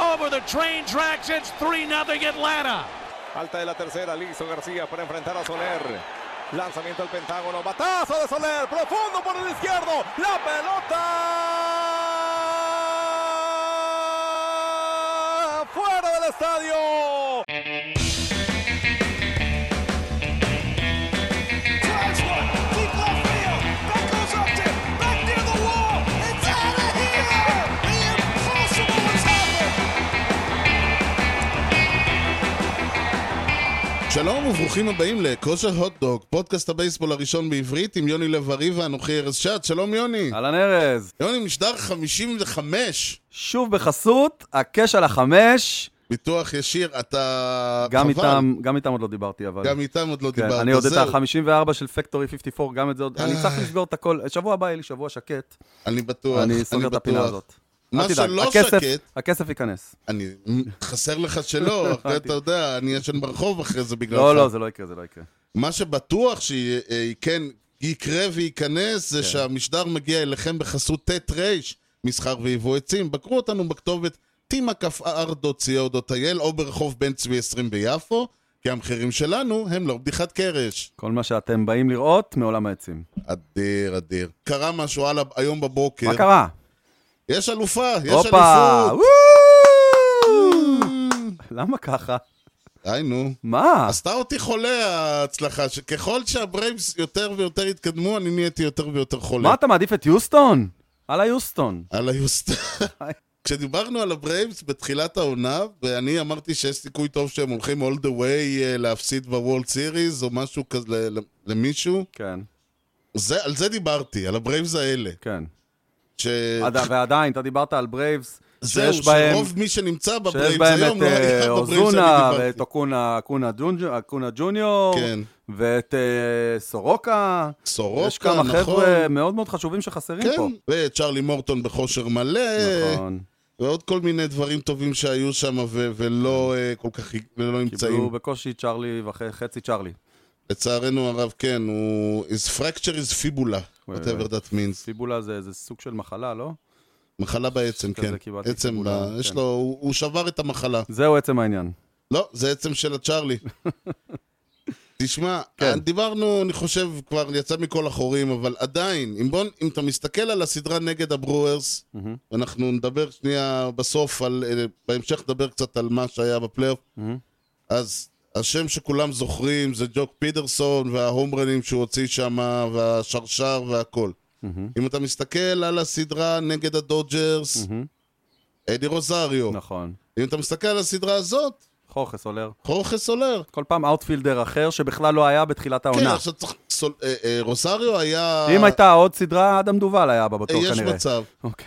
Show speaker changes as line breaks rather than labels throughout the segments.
over the train tracks. It's 3 0 Atlanta.
Alta de la tercera, Lizo García para enfrentar a Soler. Lanzamiento al Pentágono, batazo de Soler, profundo por el izquierdo, la pelota fuera del estadio.
drives one, deep left field. That goes up to back near the wall. It's out of here. The impossible has happened.
שלום וברוכים הבאים לכושר הוטדוג, פודקאסט הבייסבול הראשון בעברית עם יוני לב-ארי ואנוכי ארז שץ. שלום יוני.
אהלן ארז,
יוני, משדר 55.
שוב בחסות, הקש על החמש,
ביטוח ישיר, אתה...
גם
חבל.
איתם, גם איתם עוד לא דיברתי אבל.
גם איתם עוד לא
כן,
דיברת.
אני עוד את
זהו.
ה-54 של פקטורי 54, גם את זה עוד, אני
אה.
צריך לסגור את הכל, שבוע הבא יהיה לי שבוע שקט,
אני בטוח.
אני סוגר את הפינה
בטוח.
הזאת.
מה
אל תדאג,
שלא
הכסף-
שקט-
הכסף ייכנס.
אני... חסר לך שלא, אחרי אתה יודע, אני ישן ברחוב אחרי זה בגללך.
לא, לא, זה לא יקרה, זה לא יקרה.
מה שבטוח שכן כן, יקרה וייכנס,
כן.
זה שהמשדר מגיע אליכם בחסות ט' ר', מסחר ויבוא עצים. בקרו אותנו בכתובת tima.co.il או ברחוב בן צבי 20 ביפו, כי המחירים שלנו הם לא בדיחת קרש.
כל מה שאתם באים לראות מעולם העצים.
אדיר, אדיר. קרה משהו על היום בבוקר.
מה קרה?
יש אלופה, כן. יש
הופה!
אליפות.
וואו! למה ככה?
די, נו.
מה?
עשתה אותי חולה ההצלחה, שככל שהברייבס יותר ויותר התקדמו, אני נהייתי יותר ויותר חולה.
מה אתה מעדיף את יוסטון? על היוסטון.
על היוסטון. כשדיברנו על הברייבס בתחילת העונה, ואני אמרתי שיש סיכוי טוב שהם הולכים all the way אה, להפסיד בוולד סיריס, או משהו כזה ל- ל- למישהו,
כן,
זה, על זה דיברתי, על הברייבס האלה.
כן.
ש...
עד- ועדיין, אתה דיברת על ברייבס,
זהו,
שיש בהם...
שרוב מי שנמצא
שיש
בברייבס
בהם
היום
את
לא היה
אה,
בברייבס שאני
אוזונה,
דיברתי.
ואת אוקונה אקונה ג'ונג'- אקונה ג'וניור,
כן.
ואת אה, סורוקה.
סורוקה,
יש כמה
נכון.
חבר'ה מאוד מאוד חשובים שחסרים
כן, אה,
פה.
וצ'רלי מורטון בכושר מלא,
נכון.
ועוד כל מיני דברים טובים שהיו שם ו- ולא אה, כל כך, ולא
קיבלו
נמצאים.
בקושי צ'ארלי וחצי צ'ארלי.
לצערנו הרב, כן, הוא... is fracture is fibula,
וואי,
whatever
וואי.
that means.
פיבולה זה זה סוג של מחלה, לא?
מחלה בעצם,
כזה
כן.
קיבלתי
עצם,
כיבוד,
ב... יש
כן.
לו, הוא, הוא שבר את המחלה.
זהו עצם העניין.
לא, זה עצם של הצ'ארלי. תשמע,
כן.
דיברנו, אני חושב, כבר יצא מכל החורים, אבל עדיין, אם, בוא, אם אתה מסתכל על הסדרה נגד הברוורס,
מהמם.
אנחנו נדבר שנייה בסוף, על, אה, בהמשך נדבר קצת על מה שהיה בפלייאוף,
מהמם.
אז השם שכולם זוכרים זה ג'וק פידרסון וההומרנים שהוא הוציא שם, והשרשר והכל.
מהמם.
אם אתה מסתכל על הסדרה נגד הדודג'רס,
מהמם.
אדי רוזריו.
נכון.
אם אתה מסתכל על הסדרה הזאת,
חוכס עולר.
חורכה סולר.
כל פעם אאוטפילדר אחר שבכלל לא היה בתחילת
כן,
העונה.
עכשיו צריך... סול- אה, אה, רוסריו היה...
אם הייתה עוד סדרה, אדם דובל היה בה
אה,
בתור
יש
כנראה.
מצב.
אוקיי.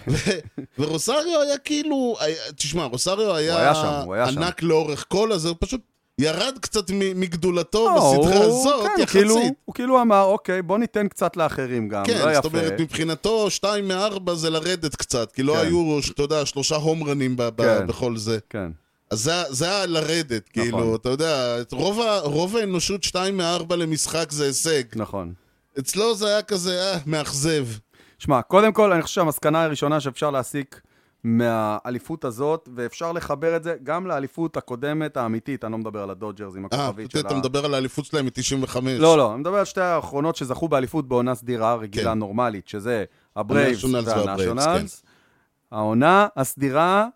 ורוסריו היה כאילו... היה- תשמע, רוסריו היה
היה שם, הוא היה שם.
ענק לאורך כל הזה, הוא פשוט ירד קצת מ- מגדולתו
לא,
בסדרה
הוא-
הזאת,
כן, כאילו,
יחסית.
הוא כאילו אמר, אוקיי, בוא ניתן קצת לאחרים גם, לא
כן,
יפה.
זאת אומרת, מבחינתו, שתיים מארבע זה לרדת קצת, כי לא
כן.
היו, אתה יודע, שלושה הומרנים ב- ב-
כן.
בכל זה.
כן,
אז זה, זה היה לרדת,
נכון.
כאילו, אתה יודע, את רוב, ה- רוב האנושות 2 מ-4 למשחק זה הישג.
נכון.
אצלו זה היה כזה, אה, מאכזב.
שמע, קודם כל, אני חושב שהמסקנה הראשונה שאפשר להסיק מהאליפות הזאת, ואפשר לחבר את זה גם לאליפות הקודמת האמיתית, אני לא מדבר על הדודג'רס עם
אה,
הכוכבית
אתה-
של
אתה
ה...
מדבר על האליפות שלהם מ-95.
לא, לא, אני מדבר על שתי האחרונות שזכו באליפות בעונה סדירה רגילה
כן.
נורמלית, שזה הברייבס
הנשיונלס והברייבס, כן.
והנשיונלס. העונה הסדירה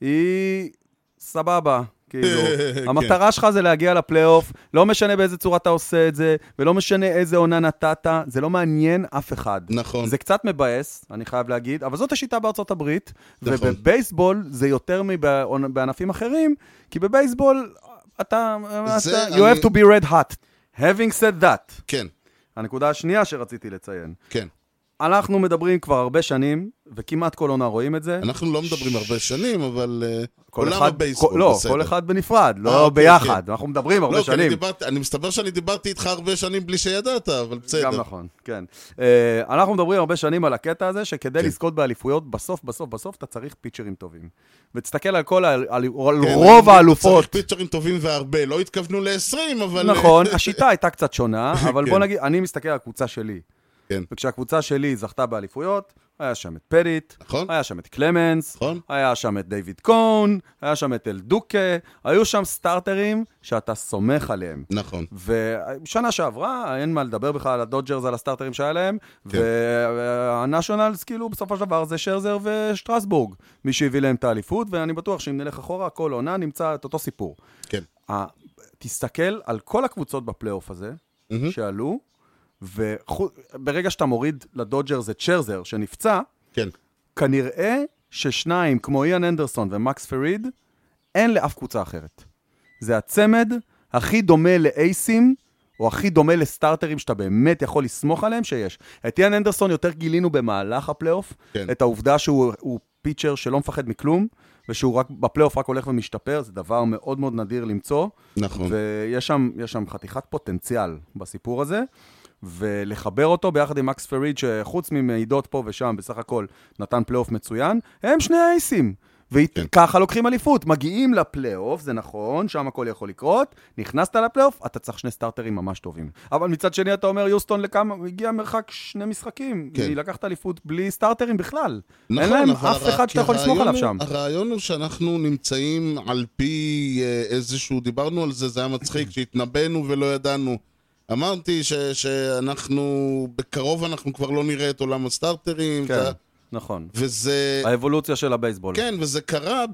היא סבבה. כאילו,
כן.
המטרה שלך זה להגיע לפלייאוף, לא משנה באיזה צורה אתה עושה את זה, ולא משנה איזה עונה נתת, זה לא מעניין אף אחד.
נכון.
זה קצת מבאס, אני חייב להגיד, אבל זאת השיטה בארצות הברית,
נכון.
ובבייסבול זה יותר מבענפים אחרים, כי בבייסבול אתה,
זה
אתה
אני-
you have to be red hot. Having said that,
כן,
הנקודה השנייה שרציתי לציין,
כן.
אנחנו מדברים כבר הרבה שנים, וכמעט כל עונה רואים את זה.
אנחנו לא מדברים הרבה שנים, אבל אה,
כן. כל
עולם
אחד-
הבייסבול,
כל- לא,
בסדר.
כל אחד בנפרד,
אה,
לא
אוקיי,
ביחד.
אוקיי.
אנחנו מדברים הרבה
לא, כי אני
שנים.
דיברתי, אני מסתבר שאני דיברתי איתך הרבה שנים בלי שידעת, אבל בסדר.
גם נכון, כן. אה, אנחנו מדברים הרבה שנים על הקטע הזה, שכדי
כן.
לזכות באליפויות, בסוף, בסוף, בסוף, אתה צריך פיצ'רים טובים. ותסתכל על כל, ה- על על
כן,
רוב
אני-
האלופות.
צריך פיצ'רים טובים והרבה, לא התכוונו ל-20, אבל... אה,
נכון, השיטה הייתה נכון, קצת שונה, אבל בוא
כן.
נגיד, אני מסתכל על הקבוצה שלי.
כן.
וכשהקבוצה שלי זכתה באליפויות, היה שם את פריט,
נכון.
היה שם את קלמנס,
נכון.
היה שם את דיוויד קון, היה שם את אלדוקה, היו שם סטארטרים שאתה סומך עליהם.
נכון.
ושנה שעברה, אין מה לדבר בכלל על הדודג'רס, על הסטארטרים שהיה להם,
כן.
והנשיונלס, כאילו, בסופו של דבר זה שרזר ושטרסבורג, מי שהביא להם את האליפות, ואני בטוח שאם נלך אחורה, כל עונה נמצא את אותו סיפור.
כן.
ה- תסתכל על כל הקבוצות בפלייאוף הזה, שעלו, וברגע שאתה מוריד לדודג'רס את שרזר, שנפצע,
כן.
כנראה ששניים, כמו איאן אנדרסון ומקס פריד, אין לאף קבוצה אחרת. זה הצמד הכי דומה לאייסים, או הכי דומה לסטארטרים שאתה באמת יכול לסמוך עליהם שיש. את איאן אנדרסון יותר גילינו במהלך הפלייאוף,
כן.
את העובדה שהוא הוא פיצ'ר שלא מפחד מכלום, ושהוא רק, בפלייאוף רק הולך ומשתפר, זה דבר מאוד מאוד נדיר למצוא.
נכון.
ויש שם, יש שם חתיכת פוטנציאל בסיפור הזה, ולחבר אותו ביחד עם מקס פריד, שחוץ ממעידות פה ושם, בסך הכל נתן פלייאוף מצוין, הם שני האייסים.
כן.
וככה לוקחים אליפות, מגיעים לפלייאוף, זה נכון, שם הכל יכול לקרות, נכנסת לפלייאוף, אתה צריך שני סטארטרים ממש טובים. אבל מצד שני, אתה אומר, יוסטון לכמה, הגיע מרחק שני משחקים,
כן.
כן. היא לקחת אליפות בלי סטארטרים בכלל.
נכון,
אין להם
אבל
אף
הרע-
אחד שאתה יכול לסמוך
הרעיון
עליו
הוא-
שם.
הרעיון הוא שאנחנו נמצאים על פי אה, איזשהו, דיברנו על זה, זה היה מצחיק, שהתנבאנו ולא ידענו. אמרתי ש, שאנחנו, בקרוב אנחנו כבר לא נראה את עולם הסטארטרים,
כן,
וה-
נכון.
וזה,
האבולוציה של הבייסבול.
כן, וזה קרה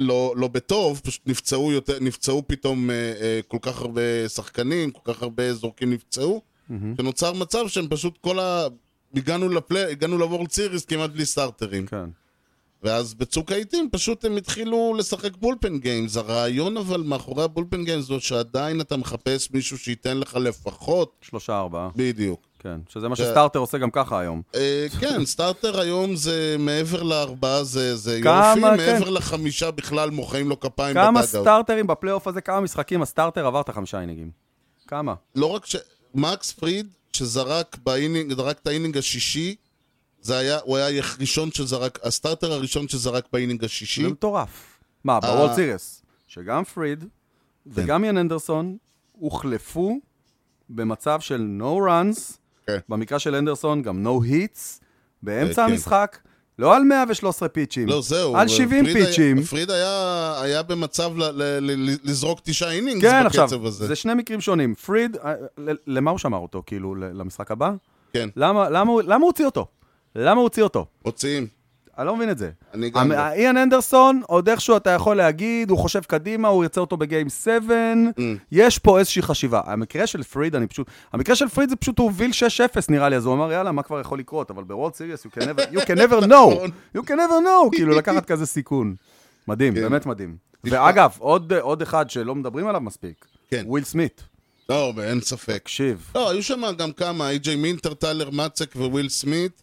לא, לא בטוב, פשוט נפצעו, יותר, נפצעו פתאום אה, אה, כל כך הרבה שחקנים, כל כך הרבה זורקים נפצעו, שנוצר מצב שהם פשוט כל ה... הגענו לפלי, הגענו לוורד סיריס כמעט בלי סטארטרים.
כן.
ואז בצוק העיתים פשוט הם התחילו לשחק בולפן גיימס. הרעיון אבל מאחורי הבולפן גיימס הוא שעדיין אתה מחפש מישהו שייתן לך לפחות,
שלושה, ארבעה.
בדיוק.
כן, שזה מה שסטארטר עושה גם ככה היום.
אה, כן, סטארטר היום זה מעבר לארבעה זה, זה
כמה,
יופי,
כן.
מעבר לחמישה בכלל מוחאים לו כפיים
כמה
בדאגאוט.
סטארטרים בפלייאוף הזה, כמה משחקים הסטארטר עבר את החמישה אינינגים? כמה?
לא רק ש... מקס פריד, שזרק באינינג, זרק את האינינג השישי, זה היה, הוא היה היח- ראשון שזרק, הסטארטר הראשון שזרק באינינג השישי.
זה מטורף.
אה.
מה, בוולד סיריס, שגם פריד
כן.
וגם יאן אנדרסון הוחלפו במצב של no runs,
כן.
במקרה של אנדרסון גם no hits, באמצע
אה, כן.
המשחק, לא על 113 פיצ'ים,
לא, זהו.
על 70
פריד היה- אה,
פיצ'ים.
פריד היה, היה במצב ל, ל, ל, ל- לזרוק תשעה אינינגס
כן,
בקצב
עכשיו,
הזה.
זה שני מקרים שונים. פריד, אה, ל- למה הוא שמר אותו, כאילו, ל- למשחק הבא?
כן,
למה למה הוא למה הוא הוציא אותו? למה הוא הוציא אותו?
מוציאים.
אני לא מבין את זה.
אני גם
המ-
לא.
איאן אנדרסון, עוד איכשהו אתה יכול להגיד, הוא חושב קדימה, הוא ירצה אותו בגיים 7,
Mm.
יש פה איזושהי חשיבה. המקרה של פריד, אני פשוט... המקרה של פריד זה פשוט הוא הוביל 6-0 נראה לי, אז הוא אמר, יאללה, מה כבר יכול לקרות? אבל בוולד סיריוס, you can never- you can never know,
נכון.
you can never know, כאילו לקחת כזה סיכון. מדהים, באמת מדהים.
כן. תשמע-
ואגב, עוד- עוד אחד שלא מדברים עליו מספיק,
כן.
וויל סמית.
לא, אין ספק.
תקשיב,
לא, היו שם גם כמה, איי-ג'יי מינטר, טיילר מצק וויל סמית.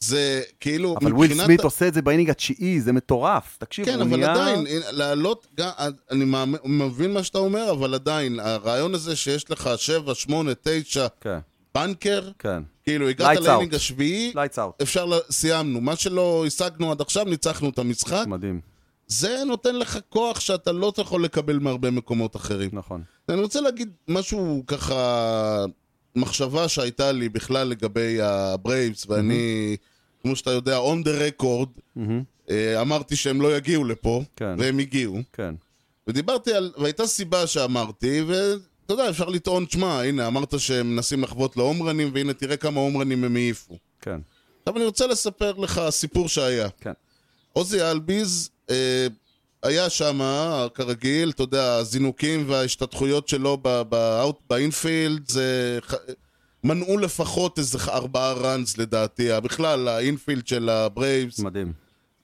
זה כאילו,
אבל וויל
מבחינת
סמית
ה-
עושה את זה באינינג התשיעי, זה מטורף. תקשיב,
כן,
הוא
אבל
נהיה...
עדיין, אין- לעלות, גם- אה, אני מאמין- מבין מה שאתה אומר, אבל עדיין, הרעיון הזה שיש לך 7, 8, 9,
כן,
בנקר,
כן.
כאילו,
Lights
הגעת
out.
לאינינג השביעי,
Lights out.
אפשר, ל- סיימנו. מה שלא השגנו עד עכשיו, ניצחנו את המשחק.
מדהים,
זה נותן לך כוח שאתה לא יכול לקבל מהרבה מקומות אחרים.
נכון.
אני רוצה להגיד משהו ככה, מחשבה שהייתה לי בכלל לגבי הברייבס, ואני, כמו שאתה יודע, on the record, אה, אמרתי שהם לא יגיעו לפה,
כן.
והם הגיעו.
כן.
ודיברתי על, והייתה סיבה שאמרתי, ואתה יודע, אפשר לטעון, שמע, הנה, אמרת שהם מנסים לחוות להומרנים, והנה, תראה כמה הומרנים הם העיפו.
כן,
עכשיו אני רוצה לספר לך סיפור שהיה.
כן.
עוזי אלביז אה, היה שם, כרגיל, אתה יודע, הזינוקים וההשתתחויות שלו ב- באאוט- באינפילד, זה... ח- מנעו לפחות איזה ארבעה ראנס לדעתי, בכלל, האינפילד של הברייבס,
מדהים.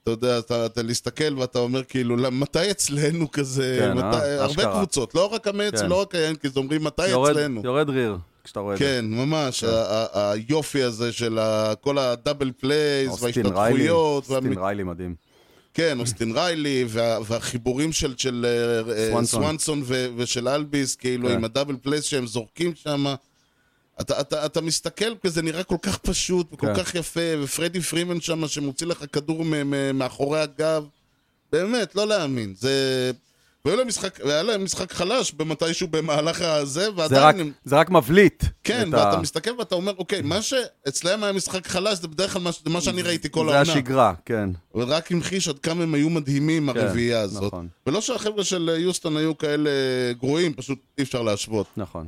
אתה יודע, אתה, אתה להסתכל ואתה אומר כאילו, "למ- מתי אצלנו כזה,
כן,
מתי,
אה,
הרבה
אשכרה.
קבוצות, לא רק המץ,
כן.
לא רק היאנקיז, אומרים מתי
יורד,
אצלנו.
יורד ריר כשאתה רואה את זה.
כן, ממש, ה- ה- היופי הזה של ה- כל הדאבל פלייז
אוסטין ריילי,
וההשתתפויות. וה-
אוסטין ריילי מדהים.
כן, אוסטין ריילי, וה- והחיבורים של- של אה, אה,
סוונסון.
סוונסון ו- ושל אלביס, כאילו
כן.
עם הדאבל פלייז שהם זורקים שם. אתה, אתה, אתה מסתכל, זה נראה כל כך פשוט וכל
כן.
כך יפה, ופרדי פרימן שם שמוציא לך כדור מ- מ- מאחורי הגב. באמת, לא להאמין. זה, והיו להם משחק, והיה להם משחק חלש במתישהו במהלך הזה,
זה רק,
ועדיין הם...
זה רק מבליט.
כן,
את
ואתה
ה-
מסתכל ואתה אומר, אוקיי, מה שאצלם היה משחק חלש, זה בדרך כלל מה, ש- מה שאני ראיתי כל
זה
העונה.
השגרה, כן.
אבל רק המחיש עד כמה הם היו מדהימים,
כן,
הרביעייה הזאת.
נכון.
ולא שהחבר'ה של אה, יוסטון היו כאלה אה, גרועים, פשוט אי אפשר להשוות.
נכון.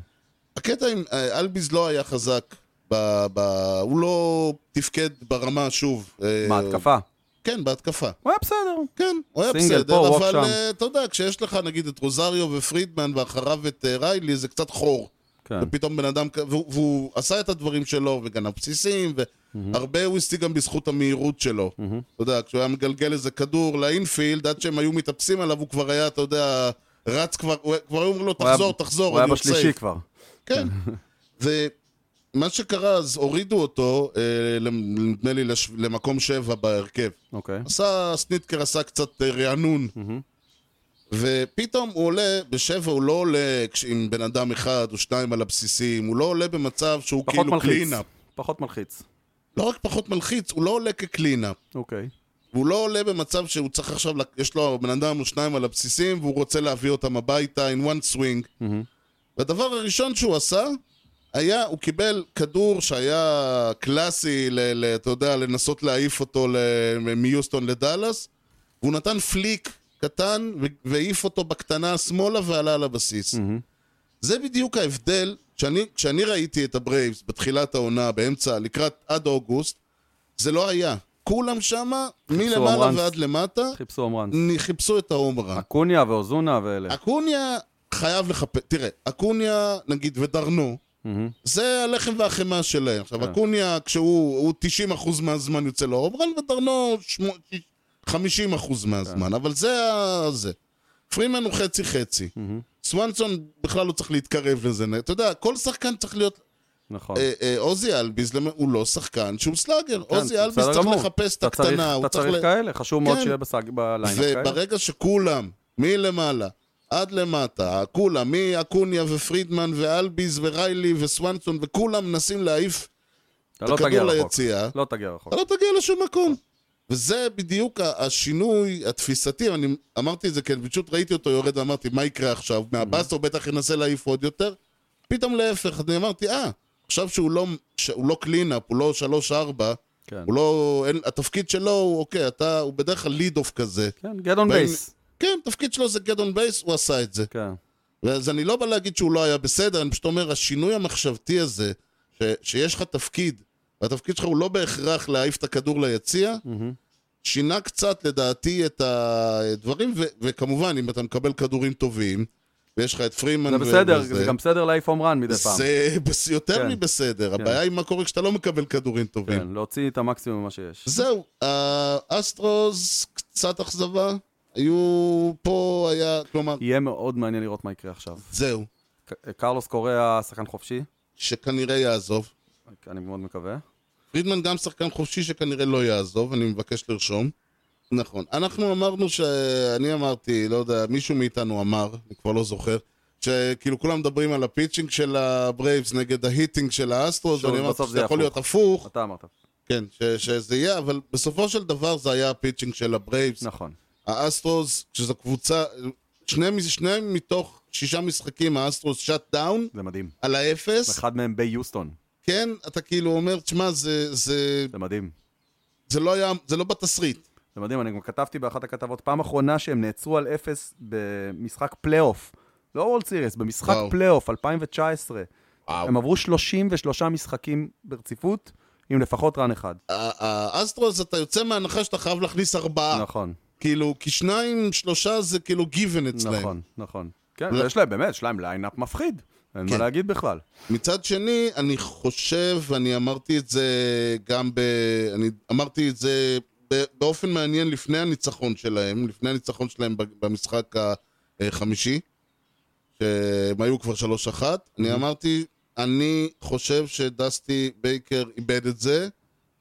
הקטע עם אה, אלביז לא היה חזק, ב, ב, הוא לא תפקד ברמה שוב. אה,
בהתקפה.
כן, בהתקפה.
הוא היה בסדר.
כן, הוא היה
סינגל
בסדר,
פה, ווק
אבל
שם.
אה, אתה יודע, כשיש לך נגיד את רוזריו ופרידמן ואחריו את אה, ריילי, זה קצת חור.
כן.
ופתאום בן אדם, כ- והוא, והוא עשה את הדברים שלו, וגנב בסיסים, והרבה הוא השיג גם בזכות המהירות שלו. אתה יודע, כשהוא היה מגלגל איזה כדור לאינפילד, עד שהם היו מתאפסים עליו, הוא כבר היה, אתה יודע, רץ כבר, הוא כבר היו אומרים לו,
הוא היה-
תחזור, תחזור,
הוא היה
אני עוד
בשלישי
סייף."
כבר.
כן. ומה שקרה, אז הורידו אותו, אה, למ- נדמה לי, לש- למקום שבע בהרכב.
אוקיי.
עשה, סניטקר עשה קצת אה, רענון. ופתאום הוא עולה, בשבע הוא לא עולה כש- עם בן אדם אחד או שניים על הבסיסים, הוא לא עולה במצב שהוא
פחות
כאילו
מלחיץ.
קלינאפ.
פחות מלחיץ.
לא רק פחות מלחיץ, הוא לא עולה כקלינאפ.
אוקיי.
והוא לא עולה במצב שהוא צריך עכשיו, לק- יש לו בן אדם או שניים על הבסיסים והוא רוצה להביא אותם הביתה in one swing. והדבר הראשון שהוא עשה, היה, הוא קיבל כדור שהיה קלאסי, ל, ל, אתה יודע, לנסות להעיף אותו ל, מיוסטון לדאלאס, והוא נתן פליק קטן ו- והעיף אותו בקטנה שמאלה ועלה לבסיס. זה בדיוק ההבדל, כשאני, כשאני ראיתי את הברייבס בתחילת העונה, באמצע, לקראת עד אוגוסט, זה לא היה. כולם שמה, מלמעלה
הומראנס.
ועד למטה,
חיפשו אומרנס.
חיפשו את ההומרן.
אקוניה ואוזונה ואלה.
אה, אקוניה חייב לחפש, תראה, אקוניה נגיד ודרנו, זה הלחם והחמאה שלהם.
כן.
עכשיו, אקוניה, כשהוא הוא 90% מהזמן יוצא לו הומרן, ודרנו שמו- 50%
כן.
מהזמן, אבל זה ה... זה. פרימן הוא חצי-חצי. סוונסון בכלל לא צריך להתקרב לזה. אתה יודע, כל שחקן צריך להיות...
נכון.
אה, אה, עוזי אלביז למ- הוא לא שחקן שהוא סלאגר.
כן,
עוזי
בסדר
אלביז צריך
גמור.
לחפש את
אתה צריך-
הקטנה. הוא
אתה צריך
ל-
כאלה, חשוב מאוד
כן.
שיהיה בסג- בליינאפ כאלה.
וברגע שכולם, מלמעלה עד למטה, כולם, מאקוניה ופרידמן ואלביז וריילי וסוונסון, וכולם מנסים להעיף
אתה לא
הכדור
תגיע רחוק.
ליציאה.
לא תגיע רחוק.
אתה לא תגיע לשום מקום. וזה בדיוק ה- השינוי התפיסתי, אני אמרתי את זה כן, פשוט ראיתי אותו יורד ואמרתי, מה יקרה עכשיו? מהבאסטו בטח ינסה להעיף עוד יותר. פתאום להפך, אני אמרתי, אה, עכשיו שהוא לא, שהוא לא קלינאפ, הוא לא שלוש-ארבע,
כן.
הוא לא, אין, התפקיד שלו הוא, אוקיי, אתה, הוא בדרך כלל ליד אוף כזה.
כן, get on
באים-
base.
כן, תפקיד שלו זה גדעון בייס, הוא עשה את זה.
כן.
אז אני לא בא להגיד שהוא לא היה בסדר, אני פשוט אומר, השינוי המחשבתי הזה, ש, שיש לך תפקיד, והתפקיד שלך הוא לא בהכרח להעיף את הכדור ליציע, שינה קצת לדעתי את הדברים, ו, וכמובן, אם אתה מקבל כדורים טובים, ויש לך את פרימן
זה
ו-
בסדר,
כן, וזה,
זה גם בסדר להעיף הומרן מדי פעם.
זה בס- יותר
כן.
מבסדר,
כן.
הבעיה היא מה קורה כשאתה לא מקבל כדורים טובים.
כן, להוציא את המקסימום ממה שיש.
זהו, האסטרוז קצת אכזבה, היו פה, היה, כלומר,
יהיה מאוד מעניין לראות מה יקרה עכשיו.
זהו.
ק- קרלוס קורא שחקן חופשי,
שכנראה יעזוב.
אני מאוד מקווה.
פרידמן גם שחקן חופשי שכנראה לא יעזוב, אני מבקש לרשום. נכון. אנחנו אמרנו ש... אני אמרתי, לא יודע, מישהו מאיתנו אמר, אני כבר לא זוכר, שכאילו כולם מדברים על הפיצ'ינג של הברייבס נגד ההיטינג של האסטרוס,
שוב,
ואני אמרתי
בסוף
שזה
זה
יכול להיות
הפוך.
הפוך,
אתה אמרת.
כן, ש- שזה יהיה, אבל בסופו של דבר זה היה הפיצ'ינג של הברייבס.
נכון.
האסטרוס, שזו קבוצה, שני, מ- שני מתוך שישה משחקים האסטרוס שאט דאון
זה מדהים.
על האפס.
אחד מהם ביוסטון.
כן, אתה כאילו אומר, תשמע, זה, זה,
זה מדהים.
זה לא היה, זה לא בתסריט.
זה מדהים, אני גם כתבתי באחת הכתבות, פעם אחרונה שהם נעצרו על אפס במשחק פלייאוף. לא וולד סיריס, במשחק
וואו.
פלייאוף, 2019. הם עברו 33 משחקים ברציפות, עם לפחות רן אחד.
ה- האסטרוס, אתה יוצא מההנחה שאתה חייב להכניס ארבעה.
נכון,
כאילו, כי שניים, שלושה זה כאילו given אצלהם.
נכון, נכון. כן,
לא-
יש להם, באמת, יש להם ליינאפ מפחיד. אין מה
כן.
להגיד בכלל.
מצד שני, אני חושב, ואני אמרתי את זה גם ב... אני אמרתי את זה ב- באופן מעניין לפני הניצחון שלהם, לפני הניצחון שלהם ב- במשחק החמישי, שהם היו כבר שלוש אחת. אני אמרתי, אני חושב שדסטי בייקר איבד את זה,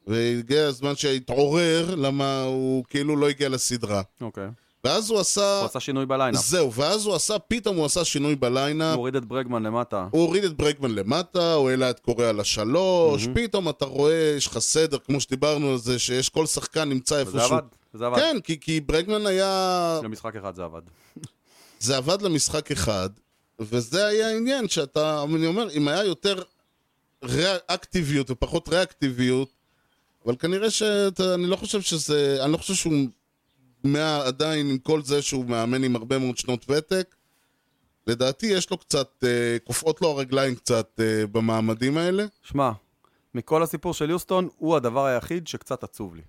והגיע הזמן שיתעורר, למה הוא כאילו לא הגיע לסדרה.
אוקיי. הוא
ואז הוא עשה...
עשה שינוי בליינאפ.
זהו, ואז הוא עשה, פתאום הוא עשה שינוי
הוא
בליינאפ,
הוריד את ברגמן למטה.
הוא הוריד את ברקמן למטה, הוא העלה את קוריאה לשלוש, פתאום אתה רואה, יש לך סדר, כמו שדיברנו על זה, שיש כל שחקן נמצא
וזה
איפשהו.
עבד, וזה עבד.
כן, כי, כי ברקמן היה...
למשחק אחד זה עבד.
זה עבד למשחק אחד, וזה היה העניין שאתה, אני אומר, אם היה יותר ריאקטיביות ופחות ריאקטיביות, אבל כנראה שאני לא חושב שזה, אני לא חושב שהוא מה, עדיין עם כל זה שהוא מאמן עם הרבה מאוד שנות ותק, לדעתי יש לו קצת, אה, קופאות לו הרגליים קצת אה, במעמדים האלה.
שמע, מכל הסיפור של יוסטון, הוא הדבר היחיד שקצת עצוב לי.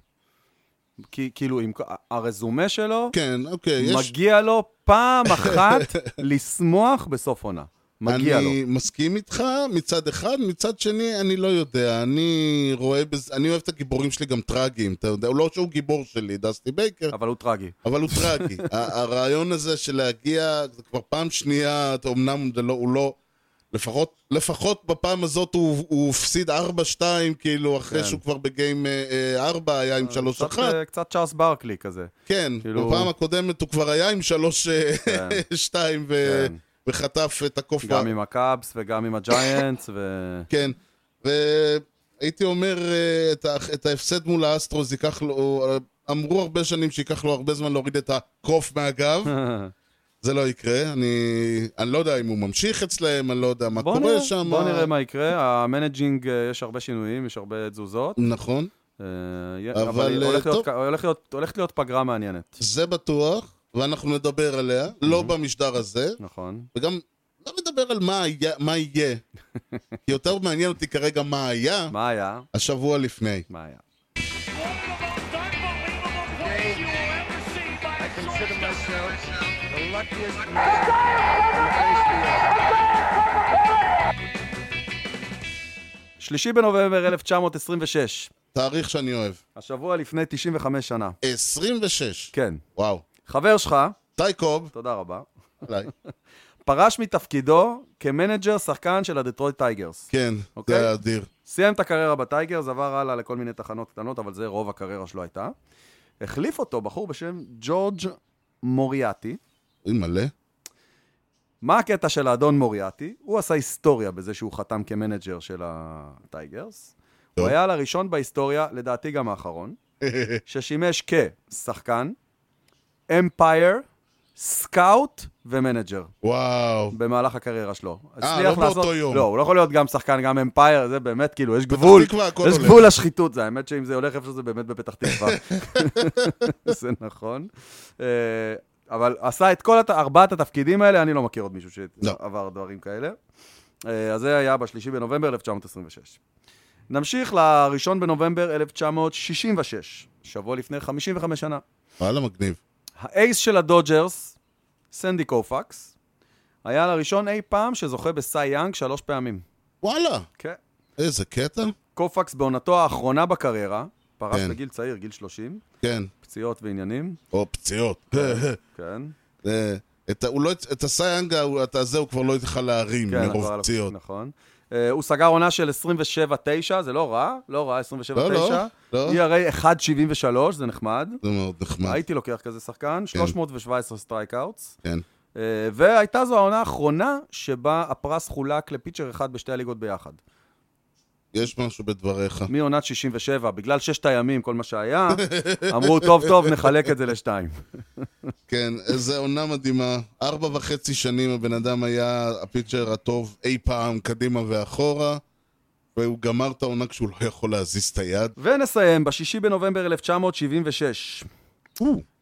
כי כאילו, עם... כ- הרזומה שלו,
כן, אוקיי, יש...
מגיע לו פעם אחת לשמוח בסוף עונה. מגיע לו.
אני מסכים איתך מצד אחד, מצד שני אני לא יודע, אני רואה בזה, אני אוהב את הגיבורים שלי גם טרגיים, אתה יודע, לא שהוא גיבור שלי, דסטי בייקר,
אבל הוא טרגי.
אבל הוא טרגי. ה- הרעיון הזה של להגיע, זה כבר פעם שנייה, אתה- אמנם זה לא, הוא לא, לפחות, לפחות בפעם הזאת הוא, הוא הפסיד 4-2, כאילו, אחרי
כן.
שהוא כבר בגיים 4 היה עם 3-1,
קצת, אה, קצת צ'ארלס ברקלי כזה.
כן,
כאילו-
בפעם הקודמת הוא כבר היה עם 3-2 ו...
כן.
וחטף את הקוף
גם עם הקאבס וגם עם הג'יינטס, ו...
כן, והייתי אומר, אה, את, ה... את ההפסד מול האסטרוס ייקח לו, אה, אמרו הרבה שנים שייקח לו הרבה זמן להוריד את הקוף מהגב, זה לא יקרה, אני, אני לא יודע אם הוא ממשיך אצלהם, אני לא יודע מה
בוא
קורה
נראה,
שם.
בוא נראה מה יקרה. המנג'ינג, אה, יש הרבה שינויים, יש הרבה תזוזות.
נכון,
אה, יה-
אבל,
אבל
אה,
הולך להיות
טוב.
ק- הולך להיות- הולכת להיות פגרה מעניינת.
זה בטוח, ואנחנו נדבר עליה,
Mm-hmm.
לא במשדר הזה,
נכון.
וגם לא נדבר על מה היה, מה יהיה, כי יותר מעניין אותי כרגע מה היה
מה היה?
השבוע לפני.
מה היה?
One of the most unbelievable plays you will ever see by a shortstop.
שלישי בנובמבר 1926,
תאריך שאני אוהב,
השבוע לפני 95 שנה.
26,
כן.
וואו,
חבר שלך,
טי קוב,
תודה רבה,
אולי.
פרש מתפקידו כמנג'ר שחקן של הדטרויט טייגרס.
כן,
אוקיי?
זה היה אדיר.
סיים את הקריירה בטייגרס, עבר הלאה לכל מיני תחנות קטנות, אבל זה רוב הקריירה שלו הייתה. החליף אותו בחור בשם ג'ורג' מוריאטי.
אוי, מלא.
מה הקטע של האדון מוריאטי? הוא עשה היסטוריה בזה שהוא חתם כמנג'ר של הטייגרס. הוא
טוב.
היה לראשון בהיסטוריה, לדעתי גם האחרון, ששימש כשחקן, אמפייר, סקאוט ומנג'ר
וואו.
במהלך הקריירה שלו.
אה,
הצליח
לא באותו
לעשות-
יום.
לא, הוא לא יכול להיות גם שחקן, גם אמפייר, זה באמת, כאילו, יש גבול,
תקווה הכל
יש
הולך.
גבול לשחיתות, זה האמת שאם זה הולך איפה שזה באמת בפתח תקווה. זה נכון. אה, אבל עשה את כל הת- ארבעת התפקידים האלה, אני לא מכיר עוד מישהו
לא.
שעבר דברים כאלה. אה, אז זה היה בשלישי בנובמבר 1926. נמשיך לראשון בנובמבר 1966, שבוע לפני 55 שנה.
וואלה, מגניב.
האייס של הדודג'רס, סנדי קופקס, היה לראשון אי פעם שזוכה בסי יאנג שלוש פעמים.
וואלה,
כן.
איזה קטע.
קופקס בעונתו האחרונה בקריירה, פרש
כן.
בגיל צעיר, גיל 30,
כן,
פציעות ועניינים,
או פציעות.
כן.
אה, את ה- הוא לא- את הסייאנג, הוא- את הזה הוא כבר לא יכל להרים
כן,
מרוב
אבל-
פציעות.
נכון. אה, הוא סגר עונה של 27-9, זה לא רע, לא רע, 27-9.
לא, לא, לא.
ERA 1.73, זה נחמד.
זה מאוד נחמד.
הייתי לוקח כזה שחקן, 317 סטרייקאוטס.
כן.
אה, והייתה זו העונה האחרונה שבה הפרס חולק לפיצ'ר אחד בשתי הליגות ביחד.
יש משהו בדבריך.
מעונת 67, בגלל ששת הימים, כל מה שהיה, אמרו, טוב, טוב, נחלק את זה לשתיים.
כן, איזה עונה מדהימה. ארבע וחצי שנים הבן אדם היה הפיצ'ר הטוב אי פעם, קדימה ואחורה, והוא גמר את העונה כשהוא לא יכול להזיז את היד.
ונסיים ב-6 בנובמבר 1976.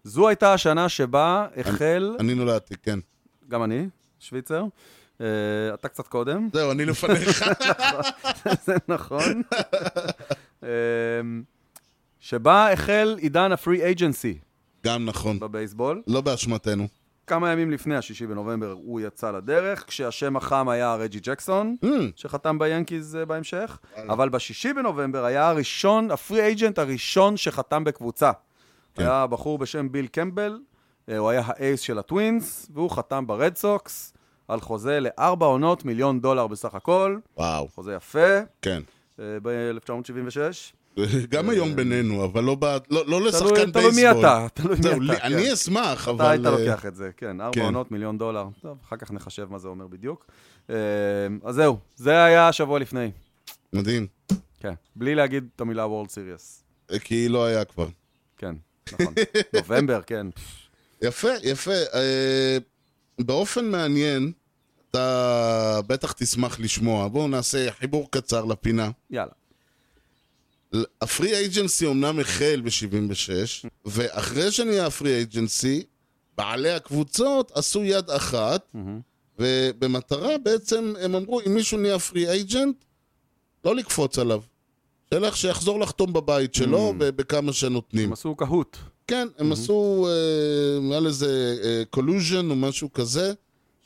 זו הייתה השנה שבה החל,
ענינו לעתיק, כן.
גם אני, שוויצר, אה, אתה קצת קודם,
זהו, אני לפניך.
זה נכון, אה, שבה החל עידן הפרי אייג'נסי
גם נכון.
בבייסבול.
לא באשמתנו.
כמה ימים לפני ה-6 בנובמבר הוא יצא לדרך, כשהשם החם היה רג'י ג'קסון, שחתם ביאנקיז אה, בהמשך, אבל ב-6 בנובמבר היה הראשון, הפרי אייג'נט הראשון שחתם בקבוצה.
כן.
היה בחור בשם ביל קמבל, אה, הוא היה האייס של הטווינס, והוא חתם ברד סוקס על חוזה לארבע עונות, מיליון דולר בסך הכל,
וואו.
חוזה יפה, אה,
כן.
ב-1976.
גם היום בינינו, אבל לא בעד, לא לא לשחקן
אה,
בייסבול.
תלוי תלוי מי אתה, תלוי
זהו,
מי
לי-
אתה. כן.
אני אשמח, אבל...
אתה היית
אה,
לוקח את זה, כן, ארבע
כן.
עונות, מיליון דולר. טוב, אחר כך נחשב מה זה אומר בדיוק. אה, אז זהו, זה היה השבוע לפני.
מדהים.
כן. בלי להגיד את המילה World Series.
אה, כי לא היה כבר.
כן, נכון. נובמבר, כן.
יפה, יפה. אה, באופן מעניין, אתה בטח תשמח לשמוע. בואו נעשה חיבור קצר לפינה.
יאללה.
הפרי אייג'נסי אמנם החל ב-76, ואחרי שנהיה הפרי אייג'נסי, בעלי הקבוצות עשו יד אחת, ובמטרה בעצם, הם אמרו, אם מישהו נהיה פרי אייג'נט, לא לקפוץ עליו. שילך שיחזור לחתום בבית שלו ב- בכמה שנותנים.
הם עשו קהוט.
כן, הם עשו, אה, היה לזה קולוז'ן או משהו כזה,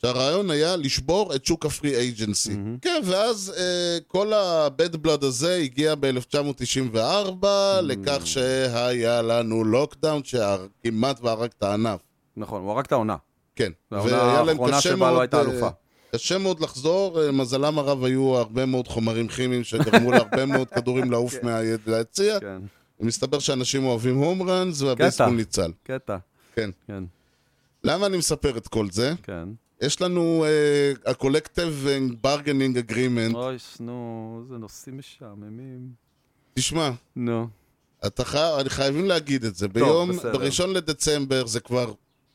שהרעיון היה לשבור את שוק הפרי אייג'נסי. כן, ואז אה, כל הבד בלאד הזה הגיע ב-1994 לכך שהיה לנו לוקדאון שכמעט והרג את הענף.
נכון, הוא הרג את העונה.
כן.
זו העונה האחרונה שבה לא הייתה
אה,
אלופה.
קשה מאוד לחזור, אה, מזלם הרב היו הרבה מאוד חומרים כימיים שגרמו להרבה מאוד כדורים לעוף מהיציע.
כן,
מסתבר שאנשים אוהבים הום ראנס והבייסבול ניצל.
קטע.
כן.
כן,
למה אני מספר את כל זה?
כן.
יש לנו ה-collective bargaining agreement.
אוי, נו, איזה נושאים משעממים.
תשמע,
נו.
אתה חי... חייבים להגיד את זה. ביום,
בסדר.
בראשון לדצמבר זה כבר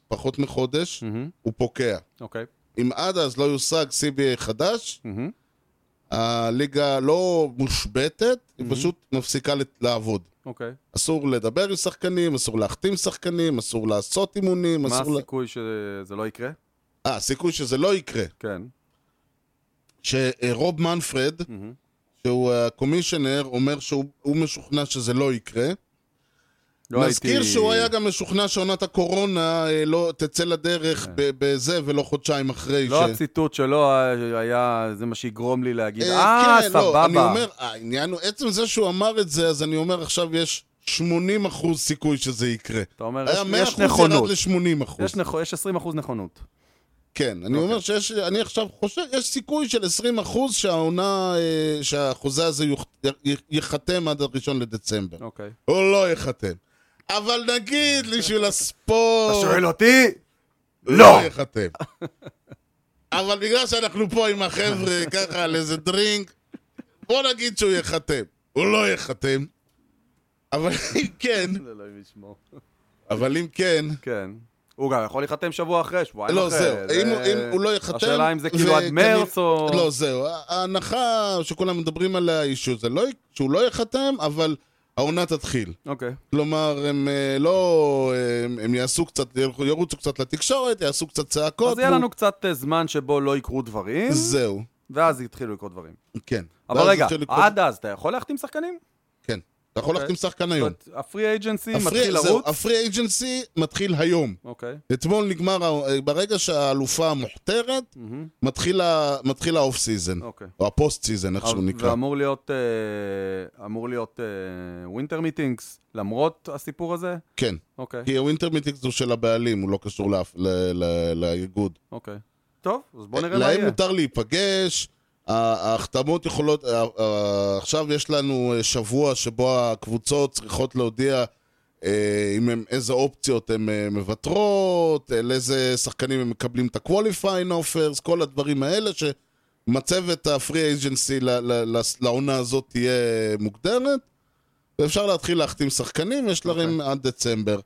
פחות מחודש,
מהמם.
הוא פוקע.
אוקיי.
אם עד אז לא יושג CBA חדש,
מהמם.
הליגה לא מושבתת, היא
Mm-hmm.
פשוט מפסיקה לת- לעבוד.
אוקיי.
אסור לדבר עם שחקנים, אסור להחתים שחקנים, אסור לעשות אימונים,
מה
אסור... ל-
הסיכוי שזה לא יקרה?
אה, הסיכוי שזה לא יקרה.
כן.
שרוב מנפרד,
מהמם.
שהוא הקומישנר, אומר שהוא הוא משוכנע שזה לא יקרה.
לא
נזכיר
הייתי-
שהוא היה גם משוכנע שעונת הקורונה אה, לא תצא לדרך ב- בזה ולא חודשיים אחרי
כן. לא
ש...
הציטוט שלו אה, היה, זה מה שיגרום לי להגיד,
אה,
אה,
כן, לא,
סבבה.
אני אומר, העניין הוא, עצם זה שהוא אמר את זה, אז אני אומר עכשיו יש 80 אחוז סיכוי שזה יקרה.
אתה אומר,
היה
יש-
100
יש
אחוז ירד
נכונות.
ל-80 אחוז.
יש נכ- יש 20 אחוז נכונות.
כן, אני אומר שיש, אני עכשיו חושב, יש סיכוי של 20 אחוז שהעונה, אה, שהחוזה הזה יוכ- י- ייחתם עד הראשון לדצמבר.
אוקיי.
הוא לא ייחתם. אבל נגיד, בשביל הספורט...
אתה שואל אותי?
לא ייחתם. אבל בגלל שאנחנו פה עם החבר'ה ככה על איזה דרינק, בוא נגיד שהוא ייחתם. הוא לא ייחתם. אבל אם כן,
אלוהים ישמור.
אבל אם כן,
כן. הוא גם יכול להיחתם שבוע אחרי, שבועיים
לא,
אחרי.
זהו,
זה-
אם הוא- אם הוא לא ייחתם...
השאלה אם זה כאילו עד
וכנראה-
מרץ או...
לא, זהו, ההנחה שכולם מדברים עליה היא שהוא זה לא י- שהוא לא ייחתם, אבל העונה תתחיל.
אוקיי.
כלומר, הם אה, לא... הם- הם יעשו קצת, ירוצו קצת לתקשורת, יעשו קצת צעקות.
אז יהיה
והוא-
לנו קצת אה, זמן שבו לא יקרו דברים,
זהו,
ואז יתחילו לקרות דברים.
כן.
אבל
ואז
רגע,
התחיל לקרות-
עד אז אתה יכול להחתים שחקנים?
כן. אתה יכול
אוקיי.
להחתים שחקן היום.
זאת אומרת, הפרי אייג'נסי
הפרי-
מתחיל
זהו,
לרוץ?
הפרי אייג'נסי מתחיל היום.
אוקיי.
אתמול נגמר, ה- ברגע שהאלופה מוכתרת,
מהמם.
מתחיל ה- מתחיל האוף סיזן.
אוקיי.
או הפוסט סיזן, איך שהוא נקרא.
ואמור להיות, אה, אמור להיות ווינטר מיטינגס, למרות הסיפור הזה?
כן.
אוקיי,
כי הווינטר מיטיקס הוא של הבעלים, הוא לא קשור לאף- ל- ל- לאיגוד.
אוקיי. טוב, אז בוא נראה מה
אה, להם
יהיה.
מותר להיפגש, ה- ההחתמות יכולות... ה- ה- עכשיו יש לנו אה, שבוע שבו הקבוצות צריכות להודיע אה, אם הם, איזה אופציות הן אה, מוותרות, על איזה שחקנים הם מקבלים את ה-qualifying offers, כל הדברים האלה שמצבת הפרי אייג'נסי לעונה הזאת תהיה מוגדרת, ואפשר להתחיל להחתים שחקנים, יש
אוקיי.
להם עד דצמבר.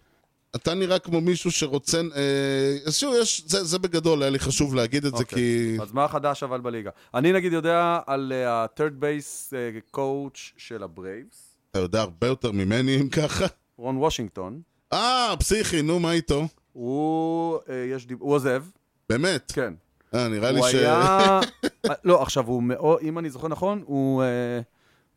אתה נראה כמו מישהו שרוצה... אה, אז שוב, יש, זה, זה בגדול, היה לי חשוב להגיד את okay. זה,
אוקיי.
כי...
אז מה חדש אבל בליגה? אני נגיד יודע על אה, ה-third base אה, coach של הברייבס,
אתה יודע הרבה יותר ממני, אם ככה.
רון וושינגטון.
אה, פסיכי, נו, מה איתו?
הוא, אה, יש דיב... הוא עוזב,
באמת.
כן.
אה, נראה לי
הוא
ש...
היה... אה, לא, עכשיו, הוא מאוד, אם אני זוכר נכון, הוא אה,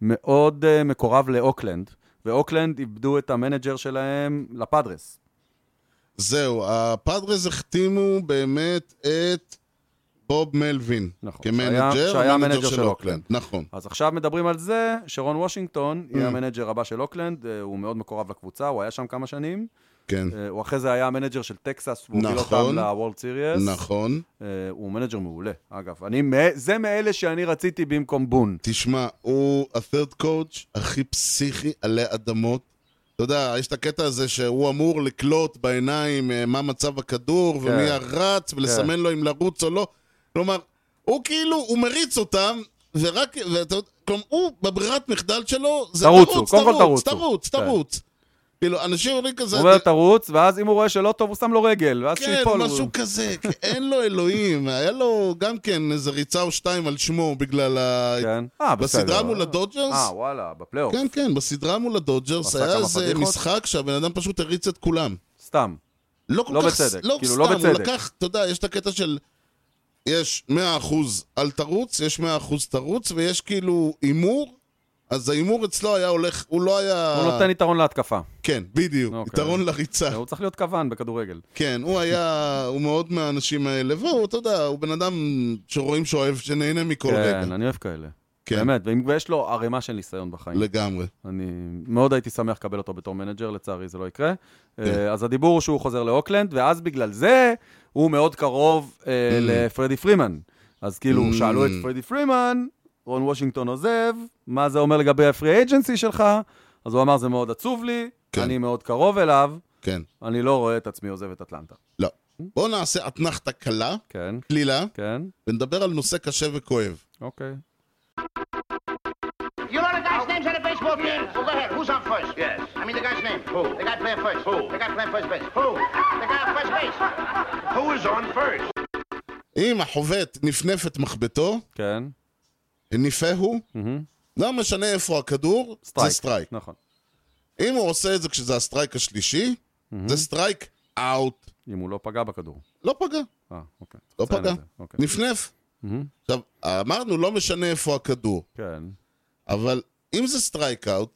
מאוד אה, מקורב לאוקלנד, ואוקלנד איבדו את המנג'ר שלהם לפאדרס.
זהו, הפאדרס החתימו באמת את בוב מלווין.
נכון, שהיה-
כמנג'ר,
שהיה
המנג'ר
המנג'ר של אוקלנד.
נכון.
אז עכשיו מדברים על זה שרון וושינגטון
Mm.
יהיה המנג'ר הבא של אוקלנד, אה, הוא מאוד מקורב לקבוצה, הוא היה שם כמה שנים.
כן,
אה, הוא אחרי זה היה המנג'ר של טקסס, והוא הוביל
נכון.
אותם לוורלד סיריאס.
נכון.
אה, הוא מנג'ר מעולה, אגב. אני, מא- זה מאלה שאני רציתי במקום בון.
תשמע, הוא ה-third coach הכי פסיכי עלי אדמות. אתה יודע, יש את הקטע הזה שהוא אמור לקלוט בעיניים אה, מה מצב
כן.
הכדור ומי הרץ ולסמן לו אם לרוץ או לא. כלומר, הוא כאילו, הוא מריץ אותם, ורק, ואתה- כלומר, הוא בברירת מחדל שלו, זה
תרוצו,
תרוץ,
קודם כל
תרוץ,
תרוצו.
תרוץ,
כן.
תרוץ. כאילו, אנשים אומרים כזה...
הוא אומר לו תרוץ, ואז אם הוא רואה שלא טוב, הוא שם לו רגל, ואז
כן,
שיפול. הוא-
משהו כזה, כי אין לו אלוהים, היה לו גם כן איזה ריצה או שתיים על שמו בגלל ה...
כן. אה, בסדר.
בסדרה מול הדודג'רס?
אה, וואלה, בפלייאוף.
כן, כן, בסדרה מול הדודג'רס
עשה
היה
כמה
איזה
פדיחות?
משחק שהבן אדם פשוט הריץ את כולם.
סתם.
לא כל
לא
כך...
בצדק,
לא
כאילו,
סתם,
לא
הוא
בצדק.
לקח, אתה יודע, יש את הקטע של... יש 100% אל תרוץ, יש 100% תרוץ, ויש כאילו הימור, אז ההימור אצלו היה הולך, הוא לא היה...
הוא נותן יתרון להתקפה.
כן, בדיוק,
אוקיי.
יתרון לריצה.
הוא צריך להיות כוון בכדורגל.
כן, הוא היה, הוא מאוד מהאנשים האלה, והוא, אתה יודע, הוא בן אדם שרואים שאוהב, שנהנה מכל רגע.
כן, אני אוהב כאלה.
כן.
באמת, ואם- ויש לו ערימה של ניסיון בחיים.
לגמרי.
אני מאוד הייתי שמח לקבל אותו בתור מנג'ר, לצערי זה לא יקרה.
כן.
אה, אז הדיבור הוא שהוא חוזר לאוקלנד, ואז בגלל זה הוא מאוד קרוב אה, לפרדי פרימן. אז כאילו,
Mm.
שאלו את פרדי פרימן, רון וושינגטון עוזב, מה זה אומר לגבי הפרי אייג'נסי שלך? אז הוא אמר, זה מאוד עצוב לי,
כן.
אני מאוד קרוב אליו,
כן.
אני לא רואה את עצמי עוזב את אטלנטה.
לא. בואו נעשה אתנחתא קלה,
כן,
קלילה,
כן,
ונדבר על נושא קשה וכואב.
אוקיי.
You know the guy's names on the baseball team? Well, go ahead. Who's on first? Yes. I mean the guy's name. Who? The guy playing first. Who? The guy playing first base. Who? The guy on first base.
Who is on first?
אם החובט נפנף את מחבטו,
כן,
ניפהו, לא משנה איפה הכדור,
סטרייק.
זה סטרייק.
נכון.
אם הוא עושה את זה כשזה הסטרייק השלישי, זה סטרייק אאוט.
אם הוא לא פגע בכדור.
לא פגע,
אה, אוקיי. צריך
לא
לציין
פגע.
את זה. אוקיי.
נפנף. עכשיו, אמרנו לא משנה איפה הכדור.
כן,
אבל אם זה סטרייקאוט,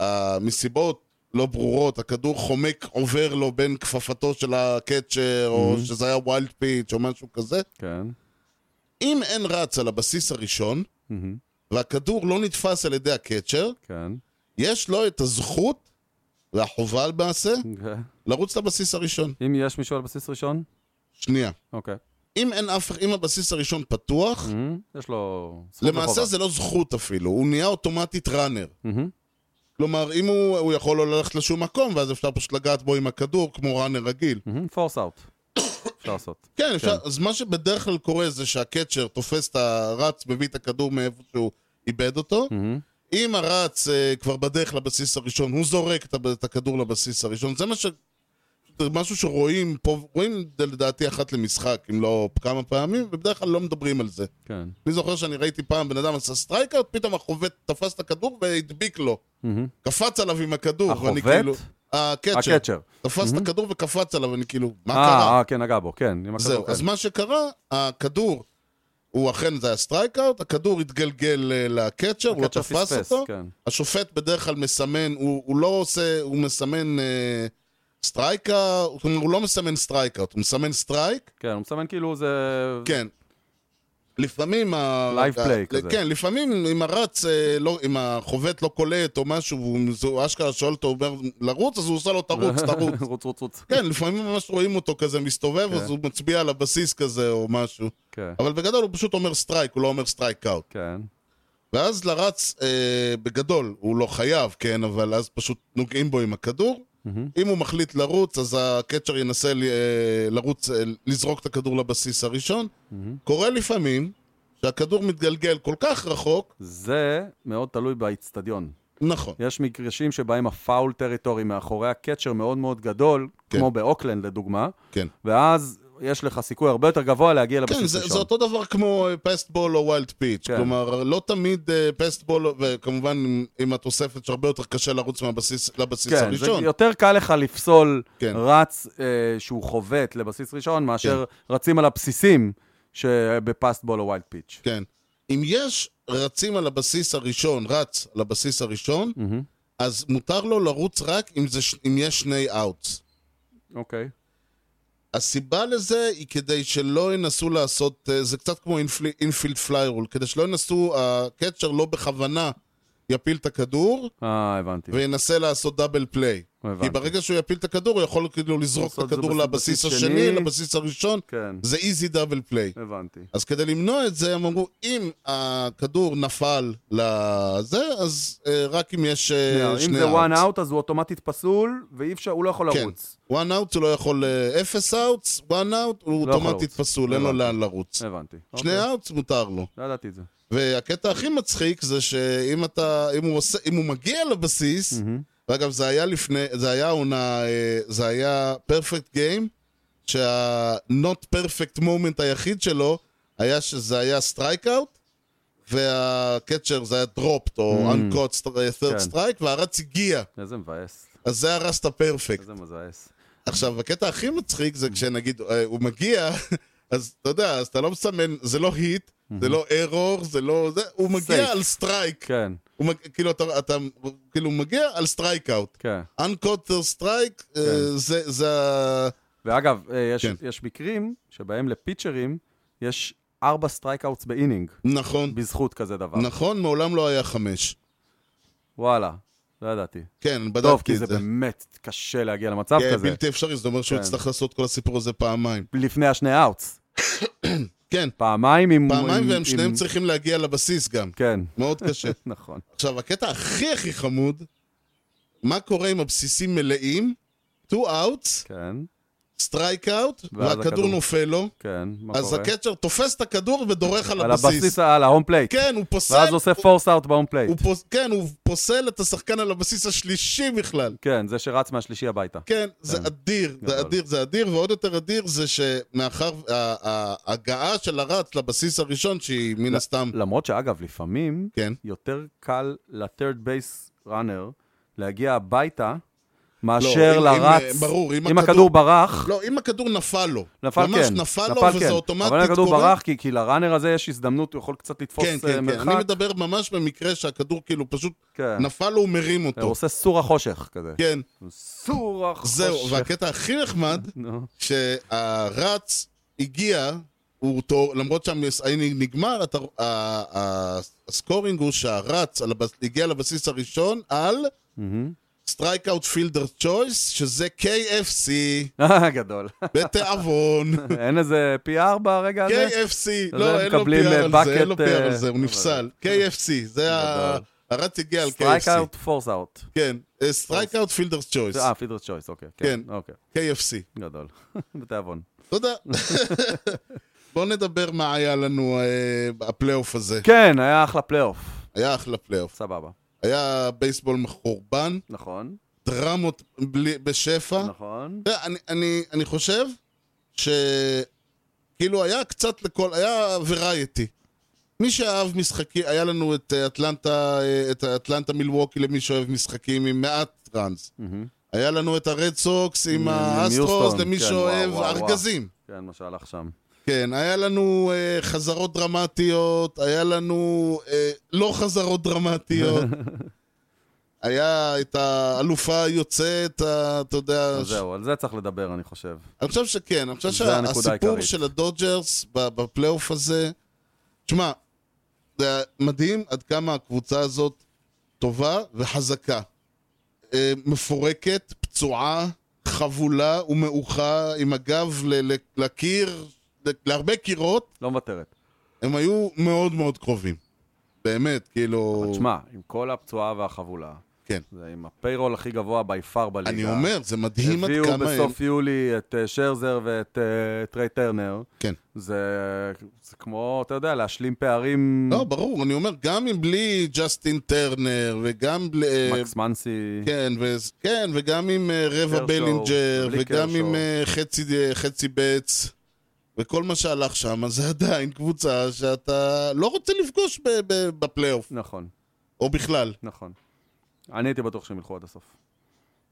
ומסיבות לא ברורות, הכדור חומק עובר לו בין כפפתו של הקצ'ר, או שזה היה ווילד פיץ' או משהו כזה,
כן.
אם אין רץ על הבסיס הראשון,
מהמם.
והכדור לא נתפס על ידי הקצ'ר,
כן.
יש לו את הזכות, והחובה למעשה,
אוקיי.
לרוץ לבסיס הראשון.
אם יש מישהו על בסיס ראשון,
שנייה.
אוקיי.
אם אין אף, אם הבסיס הראשון פתוח,
מהמם. יש לו זכות
למעשה זה לא זכות אפילו, הוא נהיה אוטומטית ראנר.
מהמם.
כלומר, אם הוא, הוא יכול לא ללכת לשום מקום, ואז אפשר פשוט לגעת בו עם הכדור, כמו ראנר רגיל.
פורס אאוט. Mm-hmm. אפשר לעשות.
כן, אפשר, אז מה שבדרך כלל קורה זה שהקצ'ר תופס את הרץ, מביא את הכדור מאיפה שהוא איבד אותו.
Mm-hmm.
אם הרץ אה, כבר בדרך לבסיס הראשון, הוא זורק את, ה- את הכדור לבסיס הראשון. זה מה ש... זה משהו שרואים פה, רואים את זה לדעתי אחת למשחק, אם לא כמה פעמים, ובדרך כלל לא מדברים על זה.
כן.
אני זוכר שאני ראיתי פעם בן אדם עשה סטרייקאוט, פתאום החובט תפס את הכדור והדביק לו. קפץ עליו עם הכדור, ואני
Mm-hmm. החובט?
כאילו... הקצ'ר.
הקצ'ר. Mm-hmm.
תפס את הכדור וקפץ עליו, אני כאילו, מה
אה,
קרה?
אה, כן, נגע בו, כן. עם הכדור,
זהו,
כן.
אז מה שקרה, הכדור, הוא אכן, זה היה סטרייקאוט, הכדור התגלגל אה, לקצ'ר, הוא לא
הקצ'ר
תפס
פספס,
אותו.
כן.
השופט בדרך כלל מסמן, הוא הוא לא עושה, הוא מסמן אה, סטרייקה, זאת אומרת, הוא לא מסמן סטרייקאוט, הוא מסמן סטרייק,
כן, הוא מסמן כאילו זה...
כן. לפעמים... ה-
Live play
ה-
כזה.
כן, לפעמים אם הרץ, אה, לא- אם החובט לא קולט או משהו, והוא- זה- הוא אשכרה שואל אותו, הוא אומר, לרוץ, אז הוא עושה לו תרוץ, תרוץ.
רוץ, רוץ, רוץ.
כן, לפעמים ממש רואים אותו כזה מסתובב, אז הוא מצביע על הבסיס כזה או משהו.
כן.
אבל בגדול הוא פשוט אומר סטרייק, הוא לא אומר סטרייק אאוט.
כן.
ואז לרץ, אה, בגדול, הוא לא חייב, כן, אבל אז פשוט נוגעים בו עם הכדור. אם הוא מחליט לרוץ, אז הקצ'ר ינסה ל- אה, לרוץ, אה, לזרוק את הכדור לבסיס הראשון. קורה לפעמים שהכדור מתגלגל כל כך רחוק,
זה מאוד תלוי באיצטדיון.
נכון,
יש מגרשים שבהם הפאול טריטורי מאחורי הקצ'ר מאוד מאוד גדול,
כן.
כמו באוקלנד לדוגמה,
כן.
ואז יש לך סיכוי הרבה יותר גבוה להגיע לבסיס
כן,
ראשון.
זה, זה אותו דבר כמו פסטבול או ווילד פיץ'.
כן.
כלומר, לא תמיד אה, פסטבול, וכמובן עם, עם התוספת שהרבה יותר קשה לרוץ מהבסיס, לבסיס
כן,
הראשון.
זה יותר קל לך לפסול
כן.
כן. רץ אה, שהוא חובט לבסיס ראשון, מאשר
כן.
רצים על הבסיסים שבפסטבול או ווילד פיץ'.
כן. אם יש רצים על הבסיס הראשון, רץ על הבסיס הראשון, אז מותר לו לרוץ רק אם, זה, ש- אם יש שני אאוטס.
אוקיי.
הסיבה לזה היא כדי שלא ינסו לעשות, אה, זה קצת כמו אינפילד פליירול, כדי שלא ינסו, הקצ'ר לא בכוונה יפיל את הכדור,
אה, הבנתי.
וינסה לעשות דאבל פליי.
הבנתי.
כי ברגע שהוא יפיל את הכדור, הוא יכול כאילו לזרוק את
לעשות את זה
הכדור
בס-
לבסיס
בסיס
השני,
שני.
לבסיס הראשון,
כן,
זה אה, איזי דאבל פליי.
הבנתי.
אז כדי למנוע את זה, הם אמרו, אם הכדור נפל לזה, אז אה, רק אם יש אה,
לא, אם
שני
זה one
outs.
out, אז הוא אוטומטית פסול, ואי אפשר, הוא לא יכול
כן.
לרוץ.
one out הוא לא יכול, אה, אפס outs, one out הוא
לא יכול
אוטומטית
לרוץ.
פסול, אין לו
הבנתי.
לאן לרוץ.
הבנתי.
שני
אוקיי.
outs מותר לו.
לא ידעתי את זה.
והקטע הכי מצחיק זה שאם אתה, אם הוא עושה, אם הוא מגיע לבסיס, ואגב, זה היה לפני, זה היה עונה, אה, זה היה פרפקט גיים, שה-not perfect moment היחיד שלו היה שזה היה סטרייקאוט, והקצ'ר זה היה דרופט, או uncut
כן.
third strike, והרץ הגיע.
איזה מבאס,
אז זה הרס את הפרפקט.
איזה מבאס.
עכשיו, הקטע הכי מצחיק זה כשנגיד, אה, הוא מגיע, אז אתה יודע, אז אתה לא מסמן, זה לא היט, זה לא ארור, זה לא... זה, הוא מגיע
Safe.
על סטרייק.
כן,
הוא מג- כאילו, אתה, אתה כאילו הוא מגיע על סטרייק אאוט.
כן.
אנקוטר סטרייק,
כן.
אה, זה, זה ה...
ואגב, אה, יש,
כן.
יש מקרים שבהם לפיצ'רים יש ארבע סטרייקאוטס באינינג,
נכון,
בזכות כזה דבר.
נכון, מעולם לא היה חמש.
וואלה, לא ידעתי.
כן,
טוב,
בדקתי
כי
את
זה
זה.
באמת קשה להגיע למצב
כן,
כזה.
בלתי אפשרי, זאת אומרת שהוא
כן.
יצטרך לעשות כל הסיפור הזה פעמיים.
לפני השני אאוטס.
כן,
פעמיים עם...
פעמיים
עם-
והם
עם-
שניהם צריכים להגיע לבסיס גם.
כן,
מאוד קשה.
נכון.
עכשיו, הקטע הכי הכי חמוד, מה קורה אם הבסיסים מלאים, two outs,
כן,
strike out,
ואז הכדור.
והכדור נופל לו,
כן, מה
אז
קורה?
הקצ'ר תופס את הכדור ודורך על
על הבסיס,
הבסיס.
על ההום פלייט.
כן, הוא פוסל...
ואז עושה
הוא-
פורס אאוט בהום פלייט.
הוא פוס- כן, הוא פוסל את השחקן על הבסיס השלישי בכלל.
כן, זה שרץ מהשלישי הביתה.
כן, זה
כן.
אדיר,
גדול.
זה אדיר, זה אדיר, ועוד יותר אדיר זה שמאחר ה- ה- ההגעה של הרץ לבסיס הראשון, שהיא מן הסתם...
למרות שאגב, לפעמים
כן.
יותר קל לטרד בייס ראנר להגיע הביתה,
אם-
מאשר
אם,
לרץ,
אה, ברור, אם
אם הכדור
הכדור-
ברח,
לא, אם הכדור נפל לו.
נפל כן,
ממש נפל לו, וזה
כן.
אוטומטית
אבל
קורה.
אם הכדור ברח, כי כי לראנר הזה יש הזדמנות, הוא יכול קצת לתפוס
כן,
אה,
כן,
מרחק.
כן. אני מדבר ממש במקרה שהכדור כאילו פשוט
כן.
נפל לו ומרים
הוא
אותו.
עושה סור החושך כזה.
כן,
סור החושך.
זהו. והקטע הכי נחמד,
נו,
שהרץ הגיע, הוא תור, למרות שהאינינג נגמר, אתה, ה, ה, הסקורינג הוא שהרץ על הבס, הגיע לבסיס הראשון על סטרייק אאוט פילדר צ'וייס, שזה KFC,
גדול.
בתיאבון.
אין איזה פי ארבע רגע
כן,
הזה?
KFC,
אתה יודע,
לא,
הם
אין לו
מקבלים,
PR על זה,
אה,
אין לו PR על
bucket,
זה, הוא
אה,
נפסל. KFC, זה ה...
גדול.
הרץ הגיע על
סטרייק
KFC.
אאוט, פורס אאוט.
כן, סטרייק אאוט פילדרס צ'וייס,
אה, פידרס צ'וייס, אוקיי.
כן.
כן. אוקיי,
KFC.
גדול. בתיאבון.
תודה. בואו נדבר מה היה לנו אה, הפלייאוף הזה.
כן, היה אחלה פלייאוף.
היה אחלה פלייאוף.
סבבה.
היה בייסבול מחורבן,
נכון,
דרמות בלי- בשפע.
נכון.
אתה יודע, אני- אני- אני חושב ש... כאילו היה קצת לכל, היה וריאטי. מי שאהב משחקים, היה לנו את אה, אטלנטה, אה, את אטלנטה מילווקי למי שאוהב משחקים עם מעט טראנס.
מהמם.
היה לנו את הרד סוקס עם
עם
האסטרוס
יוסטון,
למי
כן,
שאוהב
וואו, וואו, וואו.
ארגזים.
כן, מה שהלך שם.
כן, היה לנו אה, חזרות דרמטיות, היה לנו אה, לא חזרות דרמטיות. היה את האלופה היוצאת, ה- אתה יודע...
אז זהו, על זה צריך לדבר, אני חושב.
אני חושב שכן, אני חושב
זה הנקודה
שהסיפור
העיקרית.
של הדודג'רס ב- בפלייאוף הזה, תשמע, זה היה מדהים עד כמה הקבוצה הזאת טובה וחזקה. אה, מפורקת, פצועה, חבולה ומעוכה, עם הגב ל- ל- לקיר, ל- להרבה קירות,
לא מוותרת.
הם היו מאוד מאוד קרובים. באמת, כאילו...
אבל תשמע, עם כל הפצועה והחבולה,
כן.
זה עם הפיירול הכי גבוה בי פאר בליגה.
אני אומר, זה מדהים עד
הביאו
כמה הם...
בסוף יולי את אה, שרזר ואת אה, טריי טרנר.
כן.
זה זה כמו, אתה יודע, להשלים פערים.
לא, ברור, אני אומר, גם אם בלי ג'סטין טרנר, וגם בלי... אה,
מקס מנסי.
כן, ו... כן, וגם עם אה, רבע
קרשו,
בלינג'ר,
בלי
וגם
קרשו.
עם אה, חצי, חצי בץ, וכל מה שהלך שם, אז זה עדיין קבוצה שאתה לא רוצה לפגוש ב- ב- בפלייאוף,
נכון,
או בכלל.
נכון. אני הייתי בטוח שהם ילכו עד הסוף.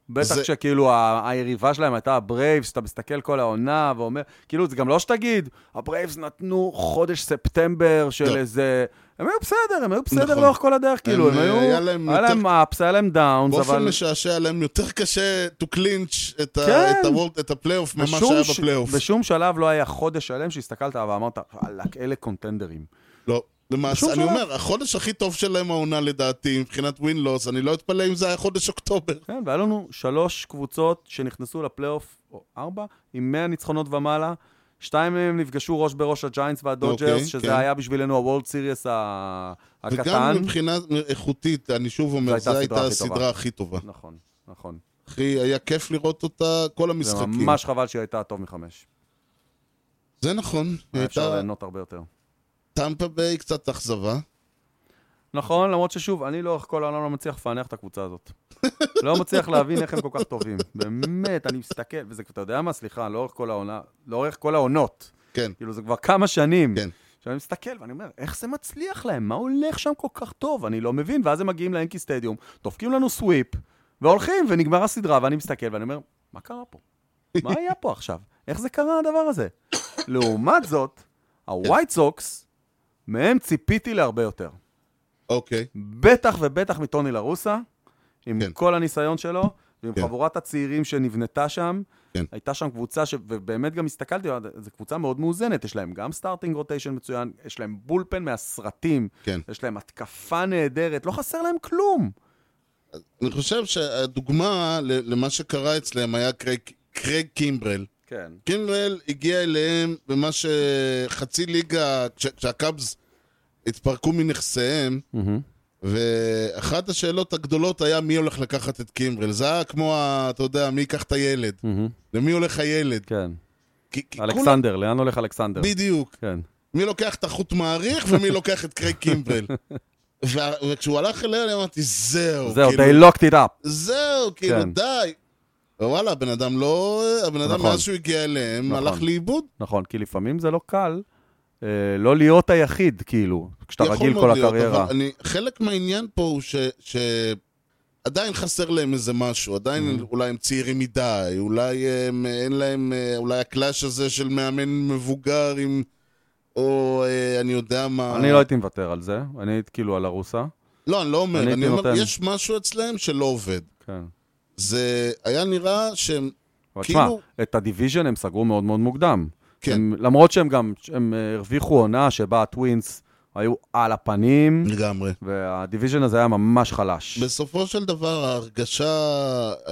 בטח
זה-
כשכאילו ה- היריבה שלהם הייתה הברייבס, שאתה מסתכל כל העונה ואומר, כאילו זה גם לא שתגיד, הברייבס נתנו חודש ספטמבר של
לא.
איזה... הם היו בסדר, הם היו בסדר
נכון.
לאורך כל הדרך, כאילו, הם
אה,
היו...
היה להם
היה
יותר-
להם אפס, היה להם דאונס,
באופן
אבל...
משעשע להם יותר קשה to clinch את,
כן.
ה... את, הוולד, את הפלייאוף ממה
בשום
שהיה
ש-
בפלייאוף.
בשום שלב לא היה חודש שלם שהסתכלת ואמרת, וואלכ, אלה קונטנדרים.
לא. למעשה,
בשום
אני
שלב.
אומר, החודש הכי טוב שלהם העונה לדעתי, מבחינת ווין-לוס, אני לא אתפלא אם זה היה חודש אוקטובר.
כן, והיה לנו שלוש קבוצות שנכנסו לפלייאוף, או ארבע, עם 100 ניצחונות ומעלה. שתיים מהם נפגשו ראש בראש הג'יינטס והדודג'רס,
אוקיי,
okay, שזה
כן.
כן. היה בשבילנו הוולד סיריוס ה-
וגם
הקטן.
מבחינה איכותית, אני שוב אומר,
הייתה
זו הייתה
הסדרה הכי טובה.
הסדרה הכי טובה.
נכון, נכון.
אחי, היה כיף לראות אותה, כל
זה
המשחקים.
ממש חבל שהיא הייתה טוב מחמש.
זה נכון, היא
היה אפשר
הייתה
ליהנות הרבה יותר.
טמפה ביי קצת אכזבה.
נכון, למרות ששוב, אני לאורך כל העולם לא מצליח לפענח את הקבוצה הזאת. לא מצליח להבין איך הם כל כך טובים. באמת, אני מסתכל, וזה, אתה יודע מה? סליחה, לאורך כל העונה, לאורך כל העונות.
כן.
כאילו, זה כבר כמה שנים.
כן.
שאני מסתכל ואני אומר, איך זה מצליח להם? מה הולך שם כל כך טוב? אני לא מבין. ואז הם מגיעים לאנקי סטדיום, דופקים לנו סוויפ, והולכים, ונגמר הסדרה, ואני מסתכל ואני אומר, מה קרה פה? מה היה פה עכשיו? איך זה קרה הדבר הזה? לעומת זאת, הווייט סוקס, מהם ציפיתי להרבה יותר.
אוקיי.
בטח ובטח מטוני לרוסה, עם
כן.
כן. כל הניסיון שלו, ועם
כן.
כן. חבורת הצעירים שנבנתה שם.
כן.
הייתה שם קבוצה, ש... ובאמת גם הסתכלתי, עליה, זו קבוצה מאוד מאוזנת, יש להם גם סטארטינג רוטיישן מצוין, יש להם בולפן מהסרטים,
כן.
יש להם התקפה נהדרת, לא חסר להם כלום.
אני חושב שהדוגמה ל- למה שקרה אצלם היה קרייג, קרייג קימברל.
כן.
קימברל הגיע אליהם במה שחצי ליגה, כש- כשהקאבס התפרקו מנכסיהם, ואחת השאלות הגדולות היה מי הולך לקחת את קימברל. זה היה כמו, ה- אתה יודע, מי ייקח את הילד. למי הולך הילד.
כן.
כי- כי כולם-
אלכסנדר, לאן הולך אלכסנדר?
בדיוק.
כן.
מי לוקח את החוט מעריך ומי לוקח את קרייג קימברל. וה- וכשהוא הלך אליה, אני אמרתי, זהו.
זהו,
כאילו,
they locked it up.
זהו, כאילו,
כן.
די. וואלה, הבן אדם לא... הבן אדם,
נכון.
מאז שהוא הגיע אליהם,
נכון.
הלך לאיבוד.
נכון, כי לפעמים זה לא קל אה, לא להיות היחיד, כאילו, כשאתה
יכול
רגיל
מאוד
כל
להיות,
הקריירה.
אבל אני, חלק מהעניין פה הוא ש... ש... עדיין חסר להם איזה משהו, עדיין
Mm-hmm.
אולי הם צעירים מדי, אולי הם, אין להם, אה, אולי הקלאש הזה של מאמן מבוגר עם, או אה, אני יודע מה.
אני לא הייתי מוותר על זה, אני הייתי כאילו על הרוסה.
לא, אני לא אומר,
אני
אני,
הייתי
אומר,
נותן.
יש משהו אצלהם שלא עובד.
כן.
זה היה נראה שהם,
אבל
כאילו-
תשמע, את הדיוויז'ן הם סגרו מאוד מאוד מוקדם.
כן.
הם, למרות שהם גם, הם אה, הרוויחו עונה שבה הטווינס היו על הפנים,
לגמרי.
והדיוויז'ן הזה היה ממש חלש.
בסופו של דבר, ההרגשה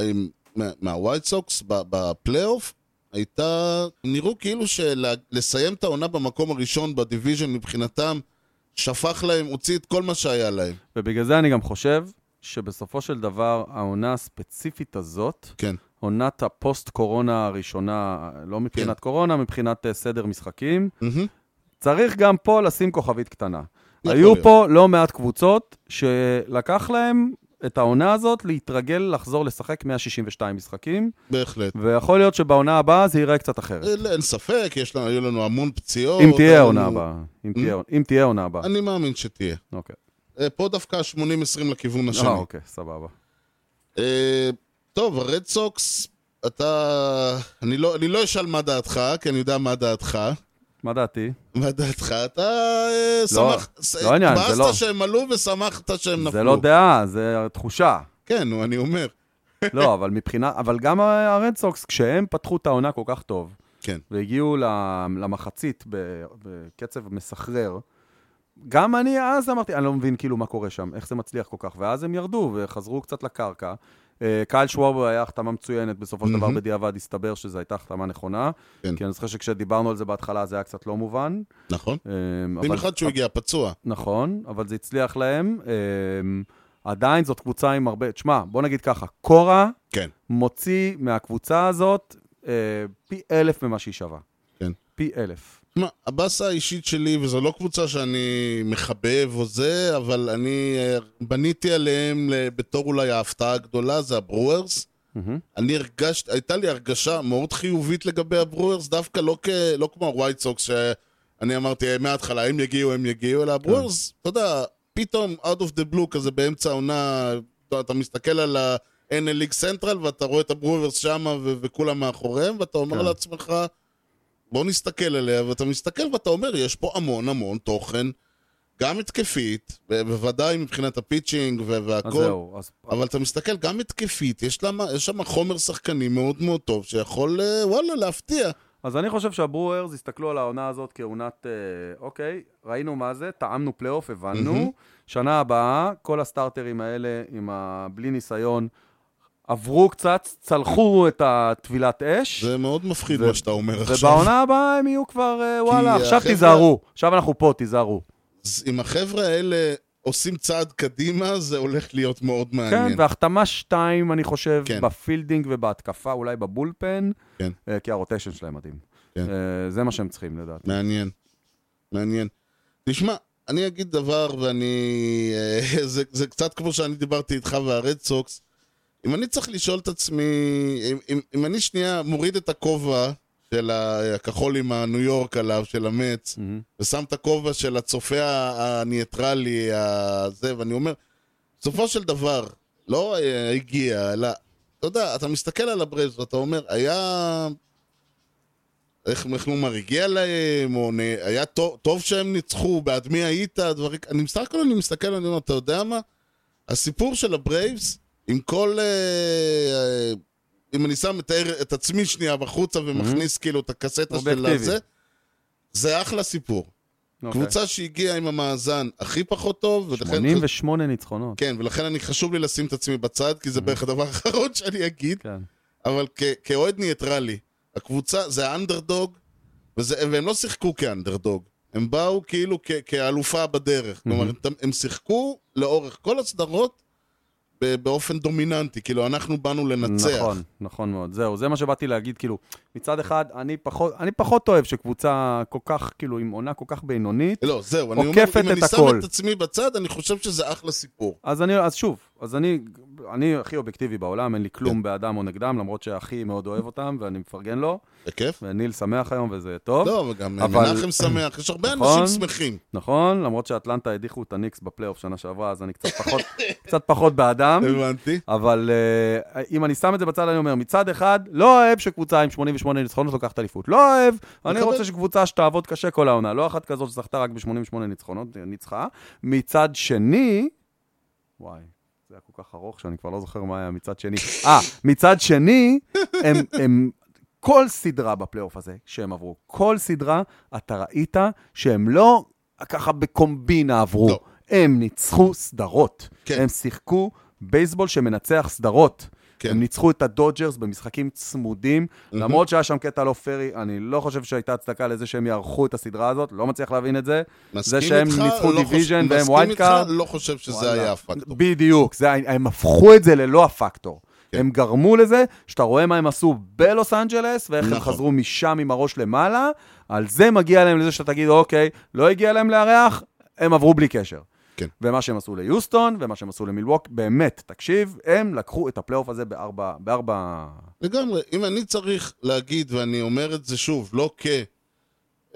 עם- מה- מהווייט סוקס ב- בפלייאוף הייתה, נראו כאילו שלסיים את העונה במקום הראשון בדיוויז'ן מבחינתם, שפך להם, הוציא את כל מה שהיה להם.
ובגלל זה אני גם חושב שבסופו של דבר, העונה הספציפית הזאת,
כן,
עונת הפוסט-קורונה הראשונה, לא מבחינת
כן.
קורונה, מבחינת אה, סדר משחקים,
מהמם.
צריך גם פה לשים כוכבית קטנה.
יכול
היו
להיות.
פה לא מעט קבוצות שלקח להם את העונה הזאת להתרגל לחזור לשחק 162 משחקים,
בהחלט.
ויכול להיות שבעונה הבאה זה ייראה קצת אחרת.
אין אין ספק, יש לנו, היו לנו המון פציעות.
אם תהיה
היה
העונה
לנו-
הבאה. אם תהיה- אם תהיה העונה הבאה.
לא, אני מאמין שתהיה.
אוקיי.
אה, פה דווקא 80-20 לכיוון השני.
אה, אוקיי, סבבה.
אה, טוב, הרד סוקס, אתה... אני לא, אני לא אשאל מה דעתך, כי אני יודע מה דעתך.
מה דעתי?
מה דעתך? אתה אה, שמח... ס-
לא עניין, זה לא-
התבאסת שהם עלו ושמחת שהם נפלו.
זה לא דעה, זה תחושה.
כן, נו, אני אומר.
לא, אבל מבחינה, אבל גם הרד סוקס, כשהם פתחו את העונה כל כך טוב,
כן.
והגיעו ל- למחצית ב- בקצב מסחרר, גם אני אז אמרתי, אני לא מבין כאילו מה קורה שם, איך זה מצליח כל כך, ואז הם ירדו וחזרו קצת לקרקע. אה, קייל שוואבר היה החתמה מצוינת, בסופו של דבר
מהמם.
בדיעבד הסתבר שזו הייתה החתמה נכונה,
כן.
כי אני זוכר שכשדיברנו על זה בהתחלה זה היה קצת לא מובן.
נכון.
אה, אבל-
במיוחד שהוא הגיע פצוע.
נכון, אבל זה הצליח להם. אה, עדיין זאת קבוצה עם הרבה... תשמע, בוא נגיד ככה, קורה
כן.
מוציא מהקבוצה הזאת אה, פי אלף ממה שהיא שווה.
כן.
פי אלף.
תשמע, הבאסה האישית שלי, וזו לא קבוצה שאני מחבב או זה, אבל אני אה, בניתי עליהם ל- בתור אולי ההפתעה הגדולה, זה הברוארס.
מהמם.
אני הרגשתי, הייתה לי הרגשה מאוד חיובית לגבי הברוארס, דווקא לא, כ, לא כמו הווייט סוקס, שאני אמרתי "אה, מההתחלה, הם יגיעו, הם יגיעו, אלא הברוארס,
כן.
אתה יודע, פתאום, out of the blue, כזה באמצע העונה, אתה, אתה מסתכל על ה-NL ליג סנטרל, ואתה רואה את הברוארס שמה ו- וכולם מאחוריהם, ואתה אומר
כן.
לעצמך, בוא נסתכל עליה, ואתה מסתכל ואתה אומר, יש פה המון המון תוכן, גם התקפית, ב- בוודאי מבחינת הפיצ'ינג ו- והכל.
אז זהו, אז
אבל אתה מסתכל, גם התקפית, יש, למה, יש שם חומר שחקני מאוד מאוד טוב, שיכול, אה, וואלה, להפתיע.
אז אני חושב שהברוארז הסתכלו על העונה הזאת כעונת, אה, אוקיי, ראינו מה זה, טעמנו פלייאוף,
מהמם.
הבנו. שנה הבאה, כל הסטארטרים האלה, עם ה... בלי ניסיון, עברו קצת, צלחו את הטבילת אש.
זה מאוד מפחיד
ו-
מה שאתה אומר עכשיו.
ובעונה הבאה הם יהיו כבר, אה, וואלה, עכשיו
החבר'ה-
תיזהרו. עכשיו אנחנו פה, תיזהרו.
אז אם החבר'ה האלה עושים צעד קדימה, זה הולך להיות מאוד
כן,
מעניין.
והחתמה שתיים, אני חושב,
כן.
בפילדינג ובהתקפה, אולי בבולפן,
כן.
אה, כי הרוטיישן שלהם מדהים.
כן.
אה, זה מה שהם צריכים, לדעתי.
מעניין. מעניין. תשמע, אני אגיד דבר, ואני... אה, זה, זה קצת כמו שאני דיברתי איתך והרד סוקס. אם אני צריך לשאול את עצמי, אם, אם, אם אני שנייה מוריד את הכובע של ה- הכחול עם הניו יורק עליו, של המץ, ושם את הכובע של הצופה ה- הניטרלי, הזה, ואני אומר, בסופו של דבר, לא אה, הגיע, אלא, אתה יודע, אתה מסתכל על הברז ואתה אומר, היה... איך מחלומר הגיע להם, או נ... היה טוב, טוב שהם ניצחו, בעד מי היית, דברים... אני בסך הכל אני מסתכל, אני אומר, אתה יודע מה? הסיפור של הברייבס, עם כל... אה, אה, אם אני שם את, הער- את עצמי שנייה בחוצה ומכניס כאילו את הקסטה של
Mhm. אובייקטיבי.
הזה, זה אחלה סיפור.
אוקיי.
קבוצה שהגיעה עם המאזן הכי פחות טוב, ולכן...
88 ניצחונות.
כן, ולכן אני חשוב לי לשים את עצמי בצד, כי זה
Mm-hmm.
בערך הדבר האחרון שאני אגיד,
כן.
אבל כ- כאוהד ניטרלי, הקבוצה זה האנדרדוג, וזה- והם לא שיחקו כאנדרדוג, הם באו כאילו כ- כאלופה בדרך.
Mm-hmm.
כלומר, הם- הם שיחקו לאורך כל הסדרות ב- באופן דומיננטי, כאילו אנחנו באנו לנצח.
נכון, נכון מאוד. זהו, זה מה שבאתי להגיד, כאילו, מצד אחד, אני פחות, אני פחות אוהב שקבוצה כל כך, כאילו, עם עונה כל כך בינונית,
לא, זהו, אני אומר,
עוקפת
אם אני
את
שם
הכל.
את עצמי בצד, אני חושב שזה אחלה סיפור.
אז אני, אז שוב, אז אני, אני הכי אובייקטיבי בעולם, אין לי
כן.
כלום בעדם או נגדם, למרות שהכי מאוד אוהב אותם, ואני מפרגן לו,
בכיף?
וניל שמח היום וזה טוב.
לא, וגם
נכון. אבל-
מנחם שמח, יש הרבה
נכון.
אנשים שמחים.
נכון, למרות שאטלנטה הדיחו את הניקס בפלייאוף שנה שעברה, אז אני קצת פחות, קצת פחות באדם.
הבנתי.
אבל uh, אם אני שם את זה בצד, אני אומר, מצד אחד, לא אוהב שקבוצה עם 88 ניצחונות לוקחת אליפות. לא אוהב, אני
מקבל.
רוצה שקבוצה שתעבוד קשה כל העונה, לא אחת כזאת שזכתה רק ב-88 ניצחונות, ניצחה. מצד שני, וואי, זה היה כל כך ארוך שאני כבר לא זוכר מה היה מצד שני. אה, מצד שני, הם, הם, כל סדרה בפלייאוף הזה שהם עברו, כל סדרה, אתה ראית שהם לא ככה בקומבינה עברו.
לא.
הם ניצחו סדרות.
כן.
הם שיחקו בייסבול שמנצח סדרות.
כן.
הם ניצחו את הדודג'רס במשחקים צמודים, למרות שהיה שם קטע לא פרי, אני לא חושב שהייתה הצדקה לזה שהם יערכו את הסדרה הזאת, לא מצליח להבין את זה.
מסכים
זה שהם
איתך,
ניצחו
לא חושב-
דיוויז'ן והם
מסכים
ווילד
איתך,
קארד,
לא חושב שזה
וואלה.
היה הפקטור.
בדיוק, זה, הם הפכו את זה ללא הפקטור.
כן.
הם גרמו לזה שאתה רואה מה הם עשו בלוס אנג'לס, ואיך הם
נכון.
חזרו משם עם הראש למעלה, על זה מגיע להם לזה שאתה תגיד, אוקיי, לא הגיע להם לארח, הם עברו בלי קשר.
כן.
ומה שהם עשו ליוסטון, ומה שהם עשו למילווק, באמת, תקשיב, הם לקחו את הפלייאוף הזה בארבע, בארבע...
לגמרי, אם אני צריך להגיד, ואני אומר את זה שוב, לא כ...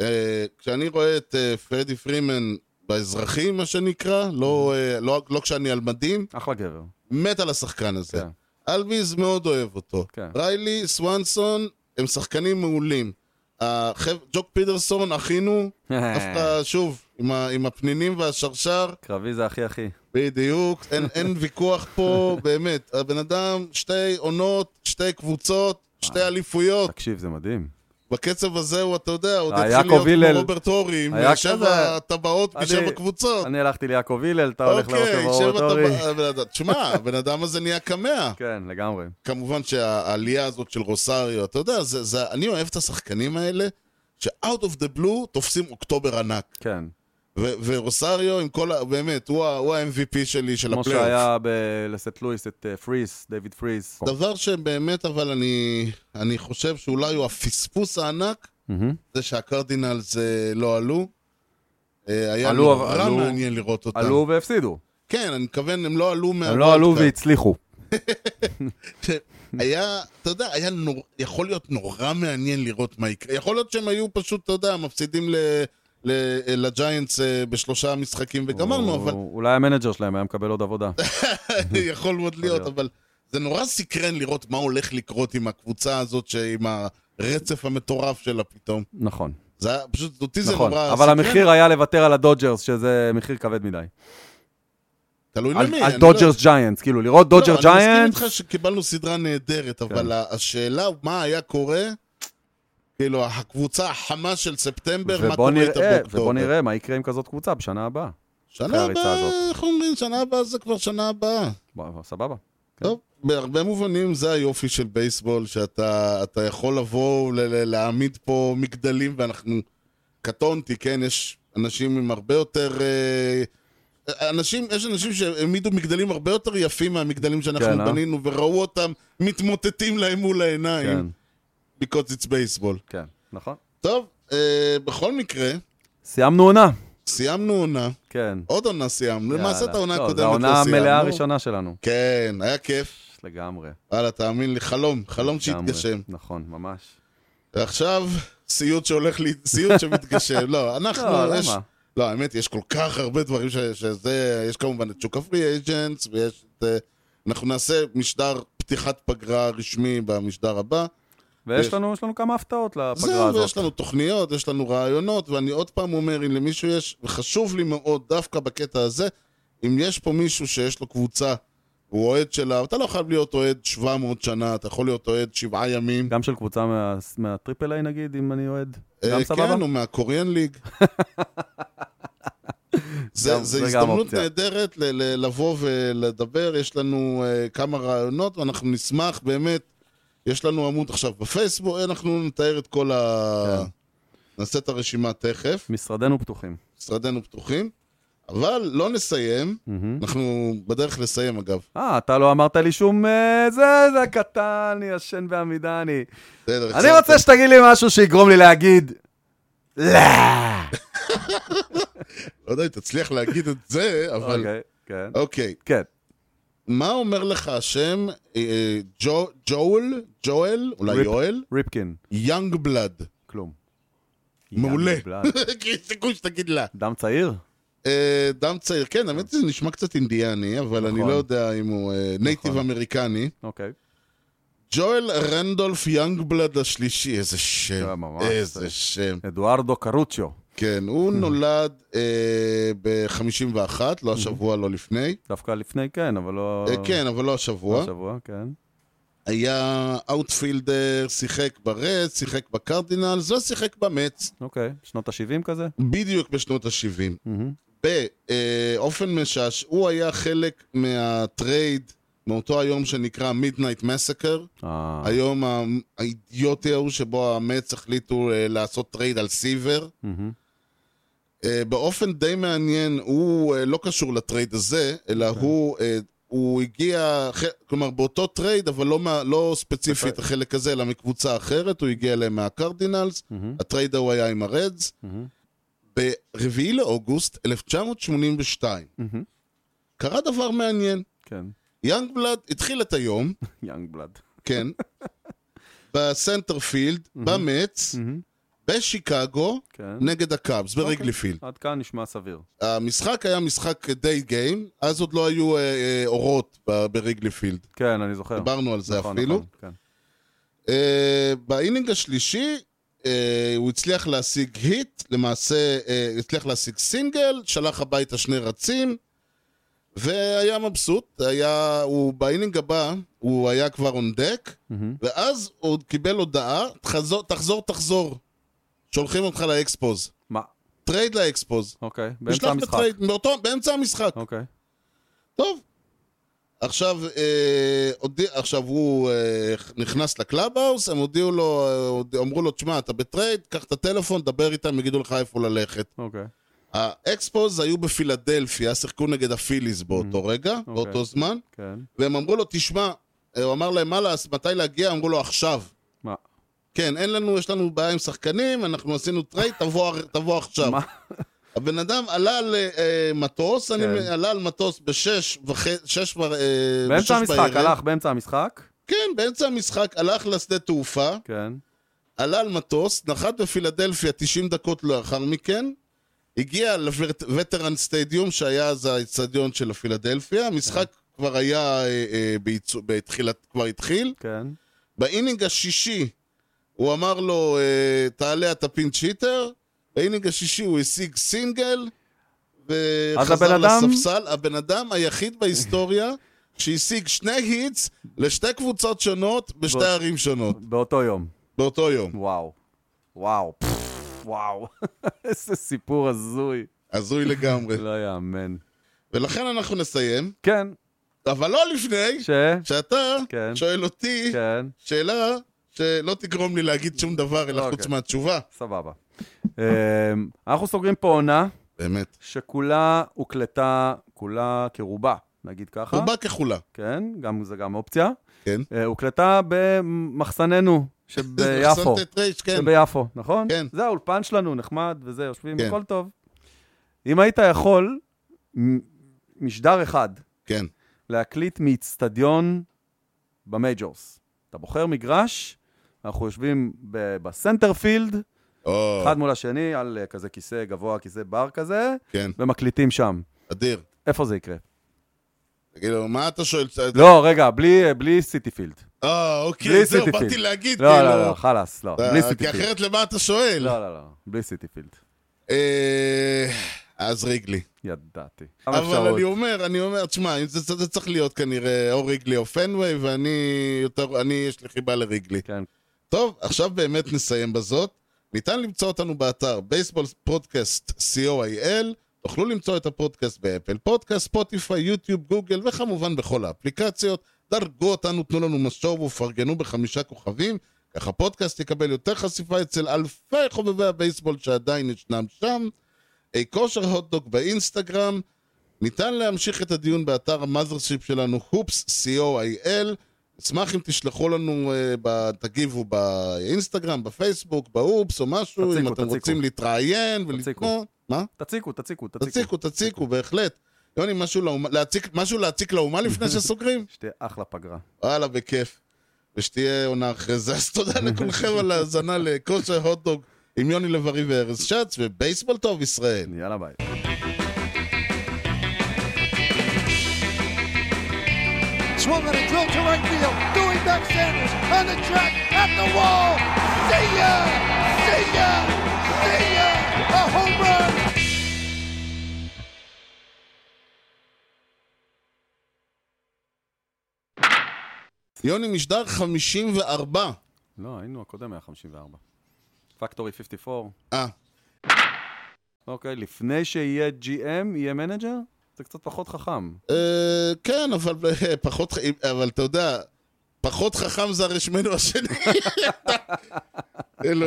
אה, כשאני רואה את אה, פרדי פרימן באזרחי, מה שנקרא, לא,
Mm-hmm.
אה, לא, לא כשאני על מדים,
אחלה גבר.
מת על השחקן הזה.
כן.
אלביז מאוד אוהב אותו.
כן.
ריילי, סוונסון, הם שחקנים מעולים. החב... ג'וק פידרסון, אחינו,
אה.
דווקא שוב, עם, ה... עם הפנינים והשרשר,
קרבי זה הכי הכי.
בדיוק, אין, אין ויכוח פה, באמת. הבן אדם, שתי עונות, שתי קבוצות, שתי אליפויות.
תקשיב, זה מדהים.
בקצב הזה הוא, אתה יודע, עוד
היה
התחיל להיות
יעקב
כמו
הלל.
רוברט הורי,
היה
משבע
כזה.
טבעות,
אני-
משבע קבוצות.
אני הלכתי ליעקב הלל, אתה הולך
אוקיי,
לאוטו
שבע
אורי.
טבעות. תשמע, הבן אדם הזה נהיה קמע.
כן, לגמרי.
כמובן שהעלייה הזאת של רוסריו, אתה יודע, זה, זה, אני אוהב את השחקנים האלה, ש-out of the blue תופסים אוקטובר ענק.
כן.
ו- ורוסריו עם כל ה... באמת, הוא ה- הוא ה-MVP שלי של
כמו
הפלייאוף.
שהיה בלסט לואיס, את אה, פריס, דיוויד פריס.
דבר שבאמת, אבל אני, אני חושב שאולי הוא הפספוס הענק,
מהמם.
זה שהקרדינלס אה, לא עלו. אה, היה
עלו,
נורא
אבל- עלו-
מעניין לראות אותם.
עלו והפסידו.
כן, אני מתכוון, הם לא עלו מה...
הם לא עלו והצליחו.
היה, אתה יודע, היה נור... יכול להיות נורא מעניין לראות מה יקרה. יכול להיות שהם היו פשוט, אתה יודע, מפסידים ל... ל... לג'יינטס אה, בשלושה משחקים וגמרנו,
או-
אבל
אולי המנג'ר שלהם היה מקבל עוד עבודה.
יכול מאוד להיות,
להיות.
אבל זה נורא סקרן לראות מה הולך לקרות עם הקבוצה הזאת, ש- עם הרצף המטורף שלה פתאום.
נכון,
זה היה, פשוט, אותי זה כן.
נכון.
נורא
אבל
סקרן.
המחיר היה לוותר על הדודג'רס, שזה מחיר כבד מדי.
תלוי
על-
למי.
על
אני לא-
דודג'רס ג'יינטס, כאילו, לראות
לא,
דודג'ר כן.
אני מסכים
ג'יינטס,
איתך שקיבלנו סדרה נהדרת, אבל ה- השאלה מה היה קורה, כאילו, הקבוצה החמה של ספטמבר, מה
ובוא
קורה איתה
נראה,
באוקטובר.
ובוא נראה מה יקרה עם כזאת קבוצה בשנה הבאה.
שנה
אחרי הריצה
הבאה,
הזאת.
איך אומרים? שנה הבאה זה כבר שנה הבאה.
בוא, סבבה.
טוב, בהרבה מובנים זה היופי של בייסבול, שאתה אתה יכול לבוא ולהעמיד פה מגדלים, ואנחנו... קטונתי, כן? יש אנשים עם הרבה יותר... אה, אנשים, יש אנשים שהעמידו מגדלים הרבה יותר יפים מהמגדלים
כן,
שאנחנו
אה?
בנינו, וראו אותם מתמוטטים להם מול
כן,
העיניים. because it's baseball.
כן, נכון.
טוב, אה, בכל מקרה,
סיימנו עונה.
סיימנו עונה,
כן.
עוד עונה סיימנו, למעשה את העונה
יאללה.
הקודמת
לא,
לא
זו
סיימנו.
העונה המלאה הראשונה שלנו.
כן, היה כיף.
לגמרי.
הלאה, תאמין לי, חלום, חלום
לגמרי.
שיתגשם.
נכון, ממש.
ועכשיו, סיוט שהולך ל... סיוט שמתגשם. לא, אנחנו...
לא,
יש...
למה?
לא, האמת, יש כל כך הרבה דברים ש... שזה... יש כמובן את שוק הפרי אייג'נטס, ויש את... אה, אנחנו נעשה משדר פתיחת פגרה רשמי במשדר הבא.
ויש
יש-
לנו, יש לנו כמה הפתעות לפגרה
זהו, ויש
הזאת.
לנו תוכניות, יש לנו רעיונות, ואני עוד פעם אומר, אם למישהו יש, וחשוב לי מאוד דווקא בקטע הזה, אם יש פה מישהו שיש לו קבוצה, הוא אוהד שלה, אתה לא חייב להיות אוהד 700 שנה, אתה יכול להיות אוהד שבעה ימים.
גם של קבוצה מה- מהטריפל איי נגיד, אם אני אוהד.
אה,
גם סבבה?
כן, הוא מהקוריאן ליג.
גם-
זה, זה
זה גם
הזדמנות
אופציה.
נהדרת ל- ל- לבוא ולדבר, יש לנו אה, כמה רעיונות ואנחנו נשמח באמת, יש לנו עמוד עכשיו בפייסבוק, אה, אנחנו נתאר את כל ה...
כן.
נעשה את הרשימה תכף,
משרדנו פתוחים.
משרדינו פתוחים, אבל לא נסיים,
מהמם.
אנחנו בדרך לסיים אגב.
אה, אתה לא אמרת לי שום... אה, זה, זה קטן, אני ישן בעמידה, אני...
בסדר,
אני
החזרת-
רוצה שתגיד לי משהו שיגרום לי להגיד... לא!
לא יודע אם תצליח להגיד את זה, אבל...
אוקיי, כן.
אוקיי.
כן.
מה אומר לך השם אה, ג'ו, ג'ואל, ג'ואל, אולי
ריפ.
יואל?
ריפקין,
יאנג בלאד.
כלום.
מעולה.
יאללה, בלאד.
כי יש סיכוי שתגיד לה.
דם צעיר?
אה, דם צעיר, כן, האמת שזה נשמע קצת אינדיאני, אבל אני
נכון.
לא יודע אם הוא נייטיב
נכון.
אמריקני.
אוקיי.
ג'ואל רנדולף יאנג בלאד השלישי, איזה שם,
זה ממש-
איזה שם.
אדוארדו קרוצ'יו.
כן, הוא נולד ב-51, לא השבוע, לא לפני.
דווקא לפני כן, אבל לא...
אה, כן, אבל לא
לא
השבוע.
השבוע, כן.
היה אאוטפילדר, שיחק ברדס, שיחק בקרדינלס, ושיחק במץ,
אוקיי. שנות ה-70 כזה?
בדיוק בשנות ה-70.
מהמם.
באופן משעש, הוא היה חלק מהטרייד מאותו היום שנקרא מידנייט מסקר,
אה,
היום ה- האידיוטי ההוא שבו המץ החליטו אה, לעשות טרייד על סיבר.
מהמם.
אה, באופן די מעניין, הוא אה, לא קשור לטרייד הזה, אלא
אוקיי.
הוא... אה, הוא הגיע, ח- כלומר באותו טרייד, אבל לא, מה, לא
אוקיי.
ספציפית החלק הזה, אלא מקבוצה אחרת, הוא הגיע אליהם מהקרדינלס,
מהמם.
הטרייד ההוא היה עם הרדס.
מהמם.
ב-4 לאוגוסט 1982,
מהמם.
קרה דבר מעניין.
כן.
יאנג בלאד התחיל את היום,
יאנג בלאד.
כן, בסנטרפילד, במץ,
מהמם.
בשיקגו,
כן.
נגד הקאבס, בריגליפילד.
עד כאן נשמע סביר.
המשחק היה משחק די גיים, אז עוד לא היו אה, אה, אורות ב- בריגליפילד.
כן, אני זוכר.
דיברנו על זה
נכון,
אפילו.
נכון, כן.
אה, באינינג השלישי, אה, הוא הצליח להשיג היט, למעשה אה, הצליח להשיג סינגל, שלח הביתה שני רצים, והיה מבסוט, היה, הוא באינינג הבא, הוא היה כבר און דק,
מהמם.
ואז הוא קיבל הודעה, תחזור, תחזור, תחזור, שולחים אותך לאקספוז,
מה?
טרייד לאקספוז.
אוקיי. באמצע
נשלח
המשחק.
בטרייד, באותו, באמצע המשחק.
אוקיי.
טוב. עכשיו, אה, הודיע, עכשיו הוא אה, נכנס לקלאבהאוס, הם הודיעו לו, אה, הוד- אמרו לו, תשמע, אתה בטרייד, קח את הטלפון, דבר איתם, יגידו לך איפה ללכת.
אוקיי.
האקספוז היו בפילדלפיה, שיחקו נגד הפיליז באותו רגע, באותו זמן,
כן.
והם אמרו לו, תשמע, אה, הוא אמר להם, מה לעשות, מתי להגיע? אמרו לו, עכשיו.
מה?
כן, אין לנו, יש לנו בעיה עם שחקנים, אנחנו עשינו טרייד, תבוא, תבוא עכשיו.
מה?
הבן אדם עלה על אה, מטוס, אני
כן.
עלה על מטוס בשש וחצי, שש ו... אה, בשש
באמצע המשחק,
בערב.
הלך באמצע המשחק.
כן, באמצע המשחק, הלך לשדה תעופה,
כן.
עלה על מטוס, נחת בפילדלפיה 90 דקות לאחר מכן, הגיע לווטרן סטדיום, שהיה אז האצטדיון של הפילדלפיה, המשחק
כן.
כבר היה, אה, אה, בעיצו- בתחילת, כבר התחיל,
כן.
באינינג השישי הוא אמר לו, אה, תעלה אתה פינץ' היטר, באינינג השישי הוא השיג סינגל,
אז הבן
וחזר
אדם-
לספסל. הבן אדם היחיד בהיסטוריה שהשיג שני היטס לשתי קבוצות שונות בשתי
בוא.
ערים שונות,
באותו יום.
באותו יום.
וואו. וואו. פפפ, וואו. איזה סיפור הזוי.
הזוי לגמרי.
לא יאמן.
ולכן אנחנו נסיים,
כן.
אבל לא לפני
ש...
שאתה
כן.
שואל אותי
כן.
שאלה שלא תגרום לי להגיד שום דבר אלא
אוקיי.
חוץ מהתשובה.
סבבה. אמ, אנחנו סוגרים פה עונה
באמת.
שכולה הוקלטה, כולה כרובה, נגיד ככה.
רובה ככולה,
כן, גם, זה גם אופציה.
כן.
אה, הוקלטה במחסננו שביפו.
אחסנת את רייש, כן.
שביפו, נכון?
כן.
זה האולפן שלנו, נחמד וזה, יושבים,
כן.
הכל טוב. אם היית יכול, מ- משדר אחד,
כן.
להקליט מאיצטדיון במייג'ורס. אתה בוחר מגרש, אנחנו יושבים ב- בסנטר פילד,
או,
אחד מול השני, על אה, כזה כיסא גבוה, כיסא בר כזה,
כן,
ומקליטים שם.
אדיר.
איפה זה יקרה?
תגיד לו, מה אתה שואל?
לא, רגע, בלי, בלי סיטי פילד.
אה,
בלי
אוקיי, זהו,
סיטי
באתי
פילד.
להגיד,
לא,
כאילו...
לא, לא, חלאס, לא,
אה,
בלי סיטי
כי
פילד.
אחרת למה אתה שואל?
לא, לא, לא, בלי סיטי פילד.
אה, אז ריגלי.
ידעתי.
אבל אני אומר, אני אומר, תשמע, אם זה, זה צריך להיות כנראה או ריגלי או פנוויי, ואני יותר, אני, יש לי חיבה לריגלי.
כן.
טוב, עכשיו באמת נסיים בזאת. ניתן למצוא אותנו באתר בייסבול פודקאסט co.il. תוכלו למצוא את הפודקאסט באפל פודקאסט, ספוטיפיי, יוטיוב, גוגל, וכמובן בכל האפליקציות. דרגו אותנו, תנו לנו משוב ופרגנו בחמישה כוכבים. כך הפודקאסט יקבל יותר חשיפה אצל אלפי חובבי הבייסבול שעדיין ישנם שם. אי כושר הוטדוק באינסטגרם. ניתן להמשיך את הדיון באתר המאזרשיפ שלנו, hoops co.il. אשמח אם תשלחו לנו, אה, ב- תגיבו באינסטגרם, בפייסבוק, בהופס או משהו, אם
תציקו,
אתם
תציקו.
רוצים להתראיין
תציקו.
ולקנות. מה?
תציקו, תציקו, תציקו.
תציקו, תציקו, בהחלט. יוני, משהו לאומה- להציק- משהו להציק לאומה לפני שסוגרים?
שתהיה אחלה פגרה.
וואלה, בכיף. ושתהיה עונה אחרי זה. אז תודה לכולכם על ההאזנה לכושר הוטדוג עם יוני לב-ארי וארז שץ, ובייסבול טוב, ישראל.
יאללה ביי.
Swung on a drill to right field. Doing back Sanders on the track at the wall. See ya! See ya! See ya! A home run!
יוני, משדר 54.
לא, היינו הקודם היה 54. פקטורי 54.
אה,
אוקיי, לפני שיהיה GM, יהיה מנג'ר? זה קצת פחות חכם.
אה, כן, אבל אה, פחות, ח- אבל אתה יודע, פחות חכם זה הרי שמנו השני. כאילו,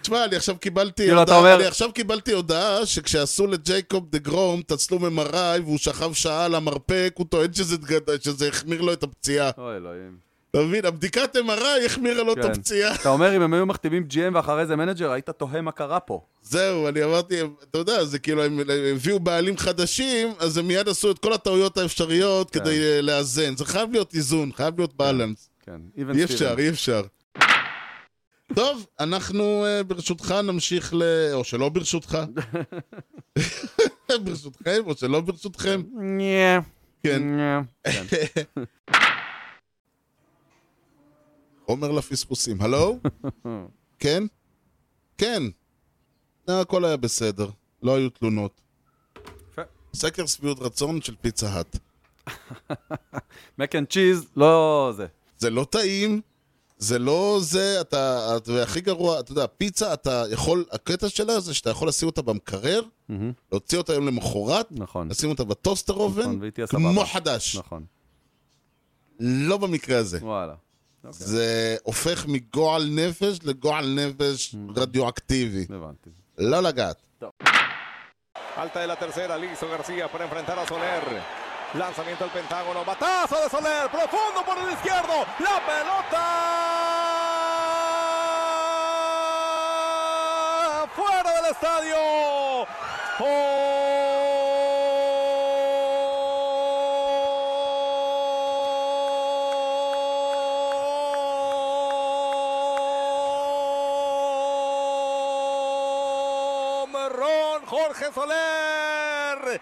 תשמע, אני עכשיו קיבלתי
כאילו, אתה
הודעה,
אומר-
אני עכשיו קיבלתי הודעה שכשעשו לג'ייקוב דה גרום תצלום MRI והוא שכב שעה על המרפק, הוא טוען שזה גד- שזה החמיר לו את הפציעה.
אוי אלוהים.
אתה מבין? הבדיקת MRI החמירה לו את
כן.
הפציעה.
אתה אומר, אם הם היו מחתימים GM ואחרי זה מנג'ר, היית תוהה מה קרה פה.
זהו, אני אמרתי, אתה יודע, זה כאילו, הם הם הביאו בעלים חדשים, אז הם מיד עשו את כל הטעויות האפשריות כדי אה, לאזן. זה חייב להיות איזון, חייב להיות בלנס.
כן, איבן
אי אפשר, אי אפשר. טוב, אנחנו אה, ברשותך נמשיך ל... או שלא ברשותך. ברשותכם, או שלא ברשותכם.
נה.
כן.
נה. כן.
חומר לפספוסים. הלו? כן? כן. לא, הכל היה בסדר. לא היו תלונות.
יפה.
סקר שביעות רצון של פיצה האט.
מק אנד צ'יז, לא זה.
זה לא טעים, זה לא זה, אתה, אתה הכי גרוע, אתה יודע, פיצה, אתה יכול, הקטע שלה זה שאתה יכול לשים אותה במקרר, להוציא אותה יום למחרת,
נכון.
לשים אותה בטוסטר אובן,
נכון, והיא תהיה
כמו
סבבה.
חדש.
נכון.
לא במקרה הזה.
וואלה. אוקיי,
זה הופך מגועל נפש לגועל נפש רדיואקטיבי.
הבנתי.
לא לגעת.
Alta de la tercera, Lizo García para enfrentar a Soler. Lanzamiento al Pentágono, batazo de Soler, profundo por el izquierdo, la pelota fuera del estadio. ¡Oh! Home run, Jorge Soler.